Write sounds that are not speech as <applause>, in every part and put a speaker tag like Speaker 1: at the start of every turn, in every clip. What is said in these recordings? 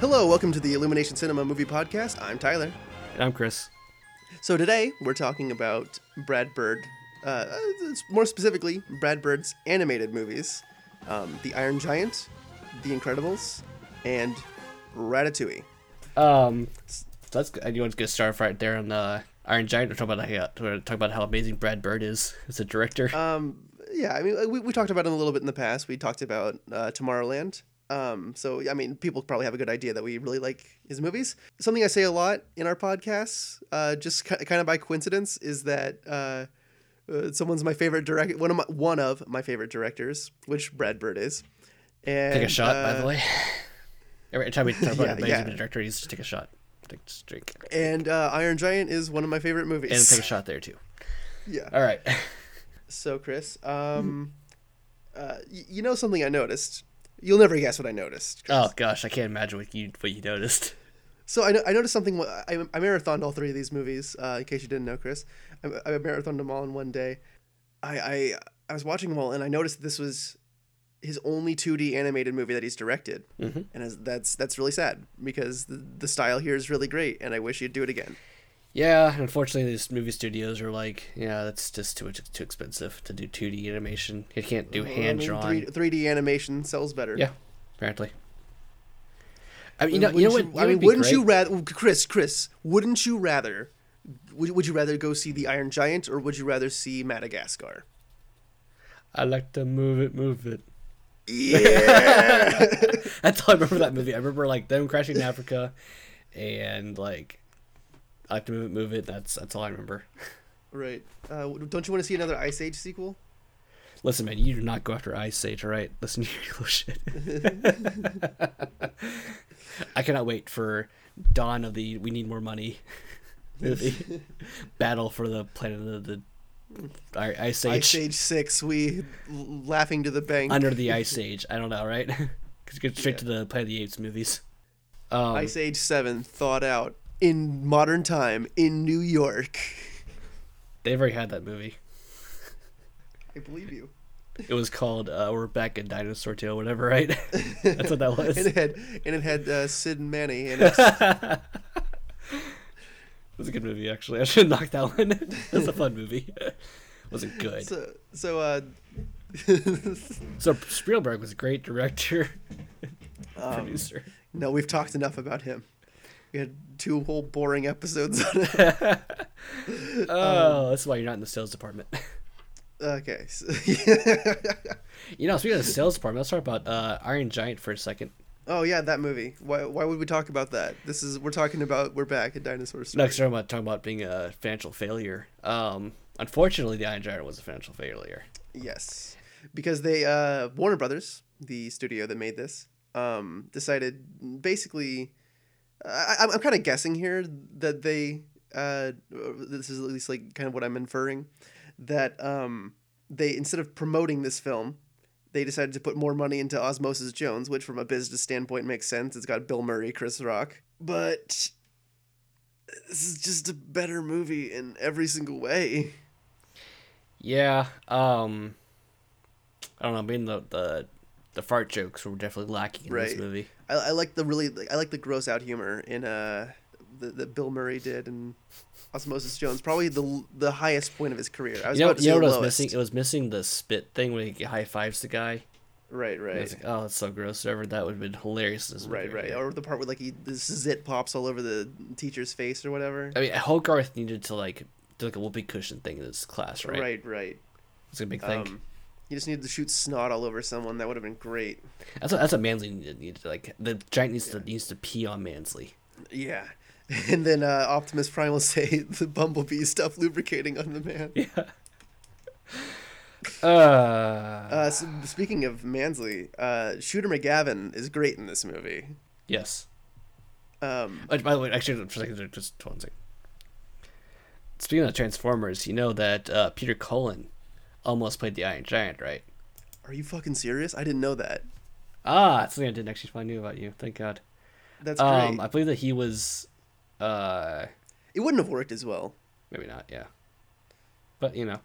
Speaker 1: Hello, welcome to the Illumination Cinema Movie Podcast. I'm Tyler.
Speaker 2: I'm Chris.
Speaker 1: So today we're talking about Brad Bird, uh, uh, it's more specifically Brad Bird's animated movies, um, The Iron Giant, The Incredibles, and Ratatouille.
Speaker 2: Um, that's good. anyone's gonna start right there on uh, Iron Giant. We're talking about how, we're talking about how amazing Brad Bird is as a director.
Speaker 1: Um, yeah, I mean we, we talked about him a little bit in the past. We talked about uh, Tomorrowland. Um, so I mean people probably have a good idea that we really like his movies. Something I say a lot in our podcasts, uh, just ki- kind of by coincidence, is that. Uh, uh, someone's my favorite director, one of my one of my favorite directors, which Brad Bird is. And,
Speaker 2: take a shot, by
Speaker 1: uh,
Speaker 2: the way. <laughs> Every time we talk
Speaker 1: <laughs>
Speaker 2: about
Speaker 1: yeah,
Speaker 2: amazing
Speaker 1: yeah.
Speaker 2: director, he's just take a shot. Take, just drink
Speaker 1: And uh, Iron Giant is one of my favorite movies.
Speaker 2: and take a shot there too.
Speaker 1: yeah.
Speaker 2: All right. <laughs>
Speaker 1: So Chris, um, uh, y- you know something I noticed. You'll never guess what I noticed. Chris.
Speaker 2: Oh gosh, I can't imagine what you what you noticed. <laughs>
Speaker 1: So I, no- I noticed something. wh- I, I marathoned all three of these movies. Uh, in case you didn't know, Chris, I, I marathoned them all in one day. I, I I was watching them all, and I noticed that this was his only 2D animated movie that he's directed,
Speaker 2: Mhm.
Speaker 1: and as, that's that's really sad because the, the style here is really great, and I wish he'd do it again.
Speaker 2: Yeah, unfortunately, these movie studios are like, yeah, that's just too too expensive to do 2D animation. You can't do hand drawn.
Speaker 1: I mean, 3, 3D animation sells better.
Speaker 2: Yeah, apparently. I mean, you know, you know
Speaker 1: Wouldn't
Speaker 2: what?
Speaker 1: you- I
Speaker 2: you know
Speaker 1: mean,
Speaker 2: what'd be
Speaker 1: wouldn't
Speaker 2: great?
Speaker 1: you rather, Chris? Chris, wouldn't you rather? Would, would you rather go see the Iron Giant or would you rather see Madagascar?
Speaker 2: I like to move it, move it.
Speaker 1: Yeah.
Speaker 2: <laughs> That's all I remember that movie. I remember like them crashing in Africa, and like I like to move it, move it. That's that's all I remember.
Speaker 1: right. Uh, w- don't you want to see another Ice Age sequel?
Speaker 2: Listen, man, you do not go after Ice Age, all right? Listen to your <laughs> little shit. I cannot wait for Dawn of the We Need More Money <laughs>
Speaker 1: <laughs>
Speaker 2: movie. Battle for the planet of the I- Ice Age.
Speaker 1: Ice Age Six. We l- laughing to the bank.
Speaker 2: Under
Speaker 1: <laughs>
Speaker 2: the Ice Age. I don't know, right? <laughs> Because get straight to the Planet of the Apes movies. Um,
Speaker 1: Ice Age Seven. Thought out in modern time in New York.
Speaker 2: They've already had that movie.
Speaker 1: I believe
Speaker 2: <laughs>
Speaker 1: you.
Speaker 2: It was called uh, We're Back in Dinosaur Tale, whatever,
Speaker 1: <laughs>
Speaker 2: right? That's what that was.
Speaker 1: And it
Speaker 2: it
Speaker 1: had and it had uh, Sid and Manny and
Speaker 2: <laughs>
Speaker 1: it's
Speaker 2: was a good movie, actually. I should knock that one. <laughs> it was a fun movie. <laughs> Wasn't good.
Speaker 1: so so uh, <laughs>
Speaker 2: So Spielberg was a great director, <laughs>
Speaker 1: Um,
Speaker 2: producer.
Speaker 1: no, we've talked enough about him. We had two whole boring episodes on it. <laughs> um,
Speaker 2: Oh, that's why you're not in the sales department. <laughs>
Speaker 1: Okay. so- <laughs>
Speaker 2: you know, speaking of the sales department, let's talk about uh, Iron Giant for a second.
Speaker 1: oh yeah, that movie. Why why would we talk about that? This is we're talking about we're back at Dinosaur Story.
Speaker 2: Next, I'm about talking about being a financial failure. Um, unfortunately, the Iron Giant was a financial failure.
Speaker 1: Yes, because they uh, Warner Brothers, the studio that made this, um, decided basically. I, I'm, I'm kind of guessing here that they. Uh, this is at least like kind of what I'm inferring, that um, they instead of promoting this film, they decided to put more money into Osmosis Jones, which from a business standpoint makes sense. It's got Bill Murray, Chris Rock, but this is just a better movie in every single way.
Speaker 2: Yeah. Um, I don't know. I mean, the the the fart jokes were definitely lacking in
Speaker 1: Right.
Speaker 2: this movie.
Speaker 1: I, I like the really I like the gross out humor in uh the, that Bill Murray did and Osmosis Jones probably the the highest point of his career. I was
Speaker 2: You know,
Speaker 1: about to
Speaker 2: you know
Speaker 1: say
Speaker 2: what I was
Speaker 1: lowest.
Speaker 2: missing? It was missing the spit thing when he high fives the guy.
Speaker 1: Right,
Speaker 2: I
Speaker 1: right,
Speaker 2: was like, oh, that's so gross. Whatever. That would have been hilarious. in this movie
Speaker 1: right, right.
Speaker 2: here.
Speaker 1: Or the part where like he the zit pops all over the teacher's face or whatever.
Speaker 2: I mean, Hogarth needed to like do like a whoopee cushion thing in his class, right?
Speaker 1: Right,
Speaker 2: Right.
Speaker 1: right.
Speaker 2: It's a big thing.
Speaker 1: Um, you just needed to shoot snot all over someone. That would have been great.
Speaker 2: that's what, that's what Mansley needed, needed to, like. The giant needs to needs to pee on Mansley.
Speaker 1: Yeah. <laughs> And then uh, Optimus Prime will say <laughs> the bumblebee stuff lubricating on the man.
Speaker 2: Uh,
Speaker 1: Uh, so speaking of Mansley, uh, Shooter McGavin is great in this movie.
Speaker 2: yes.
Speaker 1: Um,
Speaker 2: Uh, by the way, actually, for a second, just one second. Speaking of Transformers, you know that uh, Peter Cullen almost played the Iron Giant, right?
Speaker 1: Are you fucking serious? I didn't know that.
Speaker 2: Ah, that's something I didn't actually find new about you. Thank God.
Speaker 1: That's
Speaker 2: Um,
Speaker 1: great.
Speaker 2: I believe that he was, uh,
Speaker 1: It wouldn't have worked as well.
Speaker 2: maybe not. Yeah, but you know,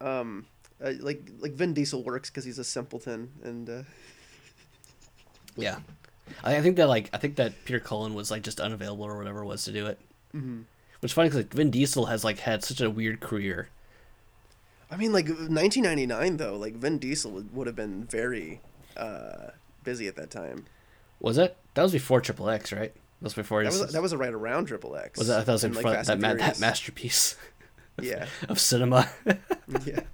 Speaker 1: Um, uh, like like Vin Diesel works because he's a simpleton, and uh,
Speaker 2: yeah. I, I think that like I think that Peter Cullen was like just unavailable or whatever it was to do it.
Speaker 1: Mhm.
Speaker 2: Which is funny because like Vin Diesel has like had such a weird career.
Speaker 1: I mean, like 1999 though, like Vin Diesel would, would have been very uh, busy at that time.
Speaker 2: Was it? That was before Triple X, right? That was before.
Speaker 1: That
Speaker 2: his-
Speaker 1: was that was a right around Triple X.
Speaker 2: was that, that was in
Speaker 1: and, like,
Speaker 2: front
Speaker 1: Fast
Speaker 2: that,
Speaker 1: and
Speaker 2: ma- that
Speaker 1: Furious.
Speaker 2: masterpiece <laughs>
Speaker 1: Yeah,
Speaker 2: of cinema. <laughs>
Speaker 1: yeah.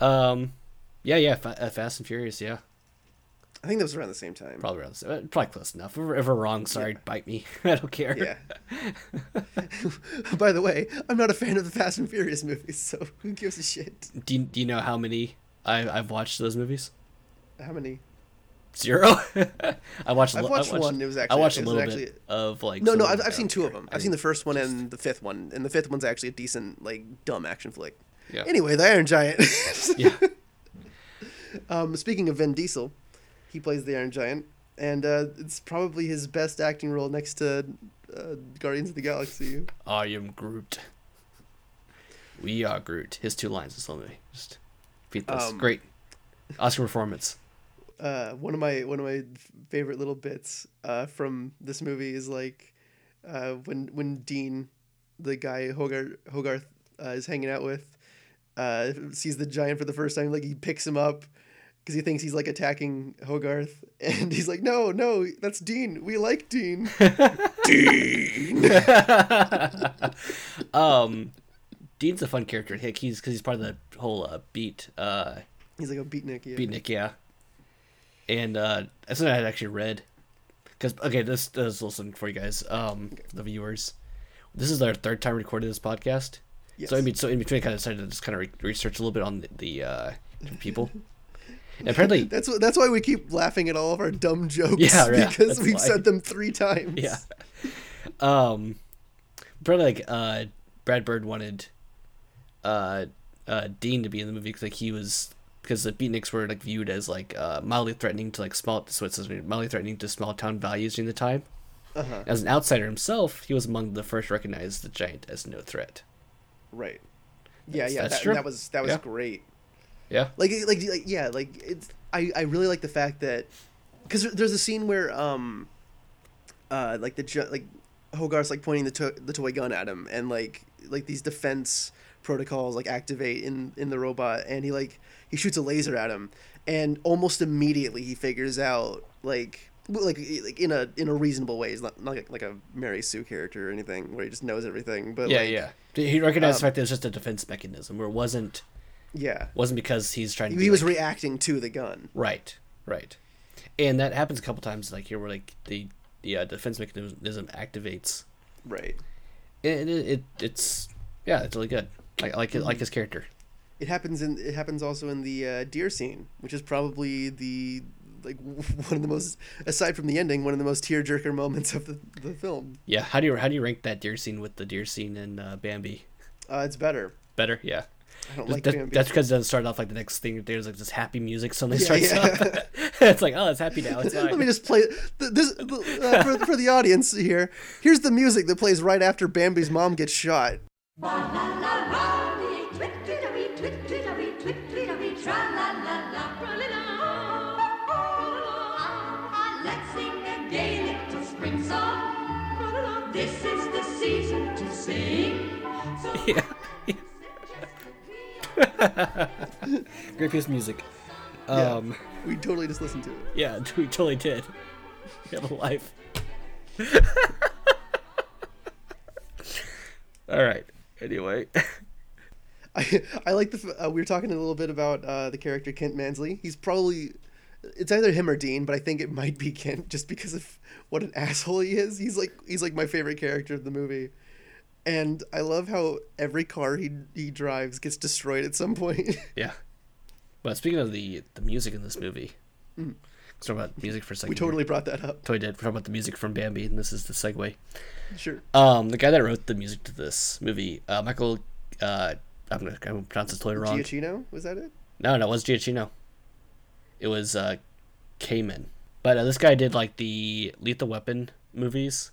Speaker 2: um, yeah, yeah, Fa- uh, Fast and Furious, yeah,
Speaker 1: I think that was around the same time.
Speaker 2: probably around, the- uh, probably close enough. If we're, if we're wrong, sorry, bite me. <laughs> I don't care.
Speaker 1: Yeah. <laughs> By the way, I'm not a fan of the Fast and Furious movies, so who gives a shit?
Speaker 2: Do you, do you know how many I, I've watched those movies?
Speaker 1: How many?
Speaker 2: Zero. <laughs> I watched. a
Speaker 1: I've
Speaker 2: li- I
Speaker 1: watched one, it was
Speaker 2: I
Speaker 1: actually-
Speaker 2: watched
Speaker 1: it
Speaker 2: a
Speaker 1: was
Speaker 2: little
Speaker 1: actually-
Speaker 2: bit of like.
Speaker 1: No,
Speaker 2: some
Speaker 1: no,
Speaker 2: of
Speaker 1: I've,
Speaker 2: I
Speaker 1: I've seen
Speaker 2: don't
Speaker 1: two of
Speaker 2: care.
Speaker 1: them.
Speaker 2: I
Speaker 1: I've seen the
Speaker 2: mean,
Speaker 1: first one and the fifth one, and the fifth one's actually a decent, like, dumb action flick.
Speaker 2: Yeah.
Speaker 1: Anyway, the Iron Giant.
Speaker 2: <laughs> yeah.
Speaker 1: <laughs> um, speaking of Vin Diesel, he plays the Iron Giant, and uh, it's probably his best acting role next to uh, Guardians of the Galaxy.
Speaker 2: I am Groot. We are Groot. His two lines is only just beat this.
Speaker 1: Um,
Speaker 2: Great Oscar performance.
Speaker 1: uh, one of my one of my favorite little bits uh, from this movie is like uh, when when Dean, the guy Hogarth Hogarth uh, is hanging out with, uh, sees the giant for the first time. Like he picks him up because he thinks he's like attacking Hogarth, <laughs> and he's like, "No, no, that's Dean. We like
Speaker 2: <laughs>
Speaker 1: Dean."
Speaker 2: um, Dean's a fun character. Hick, he's because he's part of the whole uh, beat, uh,
Speaker 1: He's like a beatnik. Yeah.
Speaker 2: beatnik, yeah. And uh, that's something I had actually read. Because okay, this this is listen for you guys, um, the viewers. This is our third time recording this podcast.
Speaker 1: Yes.
Speaker 2: So in between, so in between, I kind of decided to just kind of re- research a little bit on the, the uh, different people. And apparently,
Speaker 1: That's wh- that's why we keep laughing at all of our dumb jokes.
Speaker 2: <laughs> Yeah,
Speaker 1: <laughs>
Speaker 2: yeah,
Speaker 1: because
Speaker 2: that's
Speaker 1: we've
Speaker 2: why.
Speaker 1: said them three times.
Speaker 2: yeah. <laughs> Um, probably like uh, Brad Bird wanted uh, uh, Dean to be in the movie because like he was because the Beatniks were like viewed as like uh, mildly threatening to like small so it says here, mildly threatening to small town values during the time.
Speaker 1: Uh-huh.
Speaker 2: As an outsider himself, he was among the first to recognize the giant as no threat.
Speaker 1: Right. Yeah,
Speaker 2: That's-
Speaker 1: yeah.
Speaker 2: that's
Speaker 1: that,
Speaker 2: true.
Speaker 1: that was that was
Speaker 2: Yeah.
Speaker 1: great.
Speaker 2: Yeah.
Speaker 1: like it- like like yeah like it's i i really like the fact that because there's a scene where um uh like the ju- like hogarth's like pointing the, to- the toy gun at him and like like these defense protocols like activate in in the robot and he like he shoots a laser at him and almost immediately he figures out like w- like like in a in a reasonable way it's not, not like, like a mary sue character or anything where he just knows everything but
Speaker 2: Yeah,
Speaker 1: like,
Speaker 2: yeah. He recognized
Speaker 1: um,
Speaker 2: the fact that it was just a defense mechanism, where it wasn't
Speaker 1: yeah
Speaker 2: wasn't because he's trying to.
Speaker 1: he
Speaker 2: be,
Speaker 1: was
Speaker 2: like-
Speaker 1: reacting to the gun
Speaker 2: Right, right, and that happens a couple times, like here, where like the the uh, defense mechanism activates.
Speaker 1: right
Speaker 2: It, it, it it's yeah, it's really good. I, I like it, I like his character.
Speaker 1: It happens in it happens also in the uh, deer scene, which is probably the like <laughs> one of the most aside from the ending, one of the most tear jerker moments of the, the film.
Speaker 2: Yeah, how do you how do you rank that deer scene with the deer scene in uh, Bambi?
Speaker 1: Uh, it's better.
Speaker 2: Better, yeah.
Speaker 1: I don't like
Speaker 2: That-
Speaker 1: Bambi.
Speaker 2: That's because it doesn't start off like the next thing. There's like this happy music suddenly
Speaker 1: Yeah,
Speaker 2: starts
Speaker 1: yeah.
Speaker 2: up. <laughs> it's like oh, it's happy
Speaker 1: <laughs>
Speaker 2: now. It's
Speaker 1: Let me
Speaker 2: fine.
Speaker 1: just play th- this uh, for, for the audience here. Here's the music that plays right after Bambi's mom gets shot.
Speaker 3: Ba la la la, twit twit a wee, twit twit a wee, twit twit a wee, tra la la la, la la. Ah, Let's sing a gay little spring song. Tra-la-la. This is the season to sing. So
Speaker 2: <laughs> Yeah.
Speaker 3: yeah.
Speaker 2: Great piece of music.
Speaker 1: Yeah.
Speaker 2: Um,
Speaker 1: We totally just listened to it.
Speaker 2: yeah. <laughs> we totally did. We have a life. <laughs> All right. Anyway. <laughs>
Speaker 1: <laughs> I, I like the. f- Uh, we were talking a little bit about uh, the character Kent Mansley. He's probably, it's either him or Dean, but I think it might be Kent <laughs> just because of what an <laughs> asshole he is. He's like he's like my favorite character of the movie, and I love how every car he he drives gets destroyed at some point. <laughs>
Speaker 2: Yeah. But speaking of the the music in this movie, let's talk about music for a
Speaker 1: Mm. we
Speaker 2: second. here.
Speaker 1: totally brought that up.
Speaker 2: totally did. We're talking about the music from Bambi, and this is the segue.
Speaker 1: Sure.
Speaker 2: Um, the guy that wrote the music to this movie, uh, Michael, uh, I'm gonna, I'm gonna pronounce this totally wrong.
Speaker 1: Giacchino was that it?
Speaker 2: No, no, it was Giacchino. It was uh, Cayman. But uh, this guy did like the Lethal Weapon movies,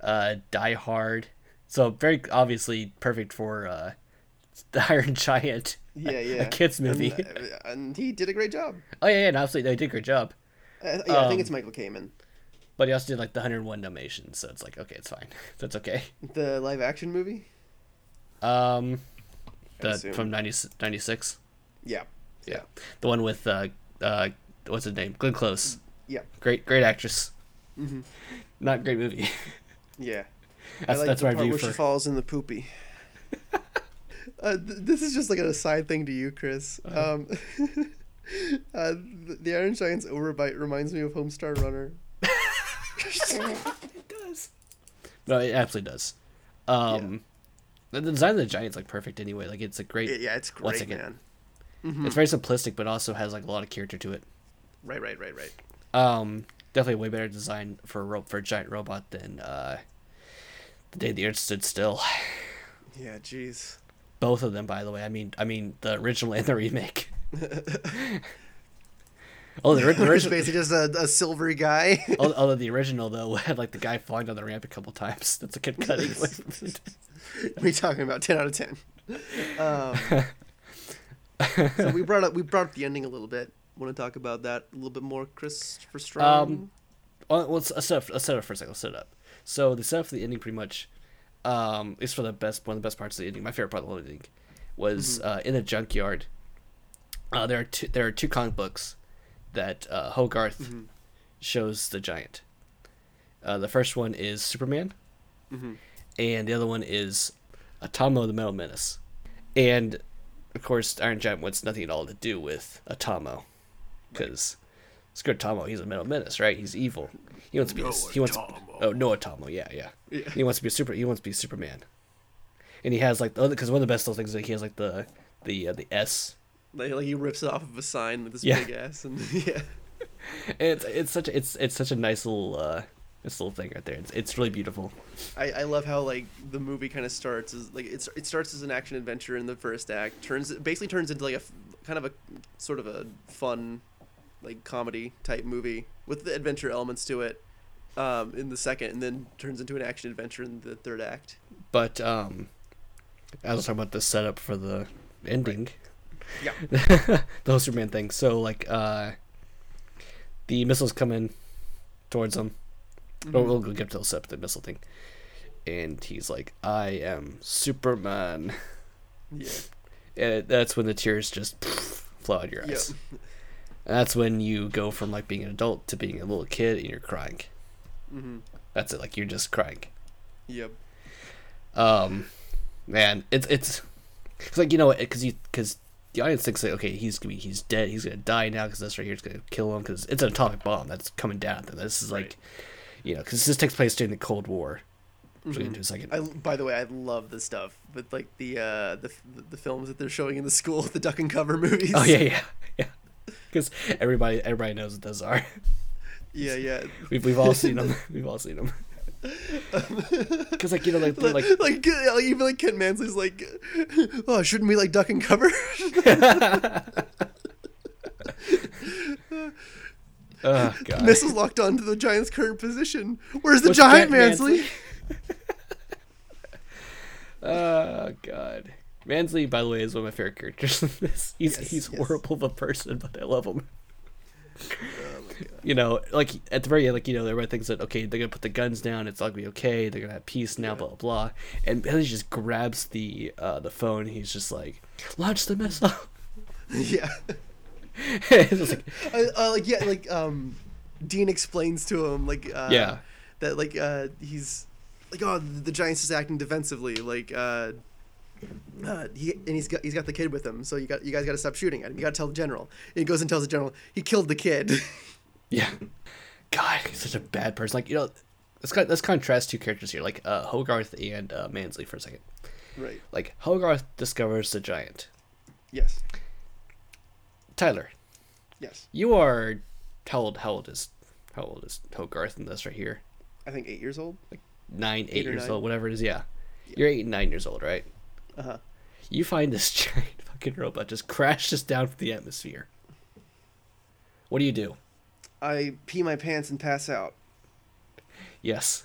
Speaker 2: uh, Die Hard. So very obviously perfect for uh, <laughs> the Iron Giant.
Speaker 1: Yeah,
Speaker 2: <laughs> a-
Speaker 1: yeah. uh,
Speaker 2: A kids movie. <laughs>
Speaker 1: And, uh, and he did a great job.
Speaker 2: Oh yeah, yeah, no, absolutely. They did a great job.
Speaker 1: Uh, yeah, I
Speaker 2: Um,
Speaker 1: think it's Michael Kamen.
Speaker 2: But he also did like the 101 Dalmatians, so it's like okay, it's fine. <laughs> That's okay.
Speaker 1: The live action movie?
Speaker 2: Um, the
Speaker 1: assume.
Speaker 2: from 90, 96.
Speaker 1: Yeah.
Speaker 2: Yeah, the one with uh uh what's his name? Glenn Close.
Speaker 1: Yeah.
Speaker 2: Great great actress. Not great movie. <laughs>
Speaker 1: Yeah.
Speaker 2: That's,
Speaker 1: Mm-hmm. I like
Speaker 2: that's
Speaker 1: the
Speaker 2: my
Speaker 1: part
Speaker 2: view
Speaker 1: where
Speaker 2: for.
Speaker 1: she falls in the
Speaker 2: <laughs>
Speaker 1: poopy. uh, th- this is just like an aside thing to you, Chris.
Speaker 2: Uh-huh.
Speaker 1: Um, <laughs> uh, th- the Iron Giant's overbite reminds me of Homestar Runner.
Speaker 2: It does. No, it absolutely does. Um, the- the design of the giant's like perfect anyway. Like it's a great.
Speaker 1: Yeah, yeah, it's great,
Speaker 2: Once again.
Speaker 1: man. Mm-hmm.
Speaker 2: It's very simplistic, but also has like a lot of character to it.
Speaker 1: Right, right, right, right.
Speaker 2: Um, definitely a way better design for a ro- for a giant robot than uh, the day the Earth stood still. <sighs>
Speaker 1: Yeah, jeez.
Speaker 2: Both of them, by the way. I mean, I mean the original and the
Speaker 1: <laughs>
Speaker 2: remake. oh, the, ori- the
Speaker 1: He's <laughs>
Speaker 2: original.
Speaker 1: basically just a, a silvery guy. <laughs>
Speaker 2: Al- Although the original though <laughs> had like the guy falling down the ramp a couple times. <laughs> That's a good cutting. oh, away from it.
Speaker 1: we talking about 10 out of 10
Speaker 2: <laughs>
Speaker 1: um, so we brought up we brought up the ending a little bit want to talk about that a little bit more chris for strong
Speaker 2: Um, well, let's, let's, set up, let's set up for a second. Let's set it up. So the setup for the ending, pretty much, um, is for the best one of the best parts of the ending. My favorite part of the whole ending was uh, in the junkyard. Uh, there are two, there are two comic books that uh, Hogarth shows the giant. Uh, the first one is Superman, and the other one is Atomo the Metal Menace. And of course, Iron Giant wants nothing at all to do with Atomo because screw Atomo, he's a metal menace, right? He's evil. He wants to be. a- he wants. Oh, Noah Tomo, yeah, yeah, He wants to be a super. He wants to be Superman. And he has like the because one of the best little things is that he has like the the uh, the S.
Speaker 1: like, like he rips it off of a sign with his
Speaker 2: Yeah.
Speaker 1: big ass and <laughs> yeah
Speaker 2: And it's it's such a, it's it's such a nice little uh this little thing right there. It's it's really beautiful.
Speaker 1: I, I love how like the movie kind of starts is like it's it starts as an action adventure in the first act turns basically turns into like a f- kind of a sort of a fun like comedy type movie with the adventure elements to it um, in the second and then turns into an action adventure in the third act
Speaker 2: But um, I was talking about the setup for the ending.
Speaker 1: Yeah.
Speaker 2: <laughs> the whole Superman thing. So like uh, the missiles come in towards him. We'll, we'll go get to the setup the missile thing, and he's like, "I am Superman."
Speaker 1: yeah
Speaker 2: And Uh, that's when the tears just <laughs> flow out of your
Speaker 1: Yep.
Speaker 2: eyes. And that's when you go from like being an adult to being a little kid, and you're crying.
Speaker 1: Mm-hmm.
Speaker 2: That's it. Like you're just crying.
Speaker 1: Yep.
Speaker 2: Um, man, it's it's, it's like you know because you because the audience thinks like okay he's gonna be he's dead he's gonna die now because this right here is gonna kill him because it's an atomic bomb that's coming down at them. This is like,
Speaker 1: Right.
Speaker 2: you know, because this takes place during the Cold War. Which we'll get into in a second.
Speaker 1: Mm-hmm. I by the way, I love this stuff with like the uh the the films that they're showing in the school, <laughs> the duck and cover movies.
Speaker 2: oh yeah <laughs> yeah yeah. Because everybody everybody knows what those are.
Speaker 1: yeah, yeah.
Speaker 2: We've we've all seen them. <laughs> We've all seen them.
Speaker 1: <laughs>
Speaker 2: Because like you know like they're,
Speaker 1: Like, <laughs>
Speaker 2: like
Speaker 1: like, uh, even like Ken Mansley's like, oh, shouldn't we like duck and cover? <laughs>
Speaker 2: oh god
Speaker 1: Missiles locked onto the giant's current position. Where's the
Speaker 2: What's
Speaker 1: giant,
Speaker 2: Giant
Speaker 1: Mansley?
Speaker 2: oh god. Mansley, by the way, is one of my favorite characters in this. He's
Speaker 1: Yes,
Speaker 2: he's
Speaker 1: yes.
Speaker 2: horrible of a person, but I love him.
Speaker 1: Oh,
Speaker 2: you know, like at the very end, like you know, everybody thinks that okay, they're gonna put the guns down. It's all gonna be okay. They're gonna have peace now, blah blah blah. And Mansley just grabs the uh, the phone. He's just like, launch the missile. <laughs>
Speaker 1: <laughs> yeah.
Speaker 2: it's just like,
Speaker 1: I, uh, like yeah, like um, Dean explains to him like uh,
Speaker 2: Yeah.
Speaker 1: that like uh he's like oh the, the Giants is acting defensively like uh, uh he and he's got he's got the kid with him so you got you guys got to stop shooting at him you got to tell the general and he goes and tells the general he killed the kid <laughs>
Speaker 2: Yeah. <laughs> God, he's such a bad person. Like, you know, let's, con- let's contrast two characters here, like uh, Hogarth and uh, Mansley for a second.
Speaker 1: right
Speaker 2: Like, Hogarth discovers the giant.
Speaker 1: yes
Speaker 2: Tyler,
Speaker 1: yes
Speaker 2: you are how old? How old is how old is Hogarth in this right here?
Speaker 1: I think eight years old
Speaker 2: Nine, eight
Speaker 1: or
Speaker 2: years
Speaker 1: nine.
Speaker 2: old, whatever it is. Yeah, you're eight, nine years old, right?
Speaker 1: uh huh
Speaker 2: You find this <laughs> giant fucking robot just crashes down from the atmosphere. What do you do?
Speaker 1: I pee my pants and pass out
Speaker 2: Yes.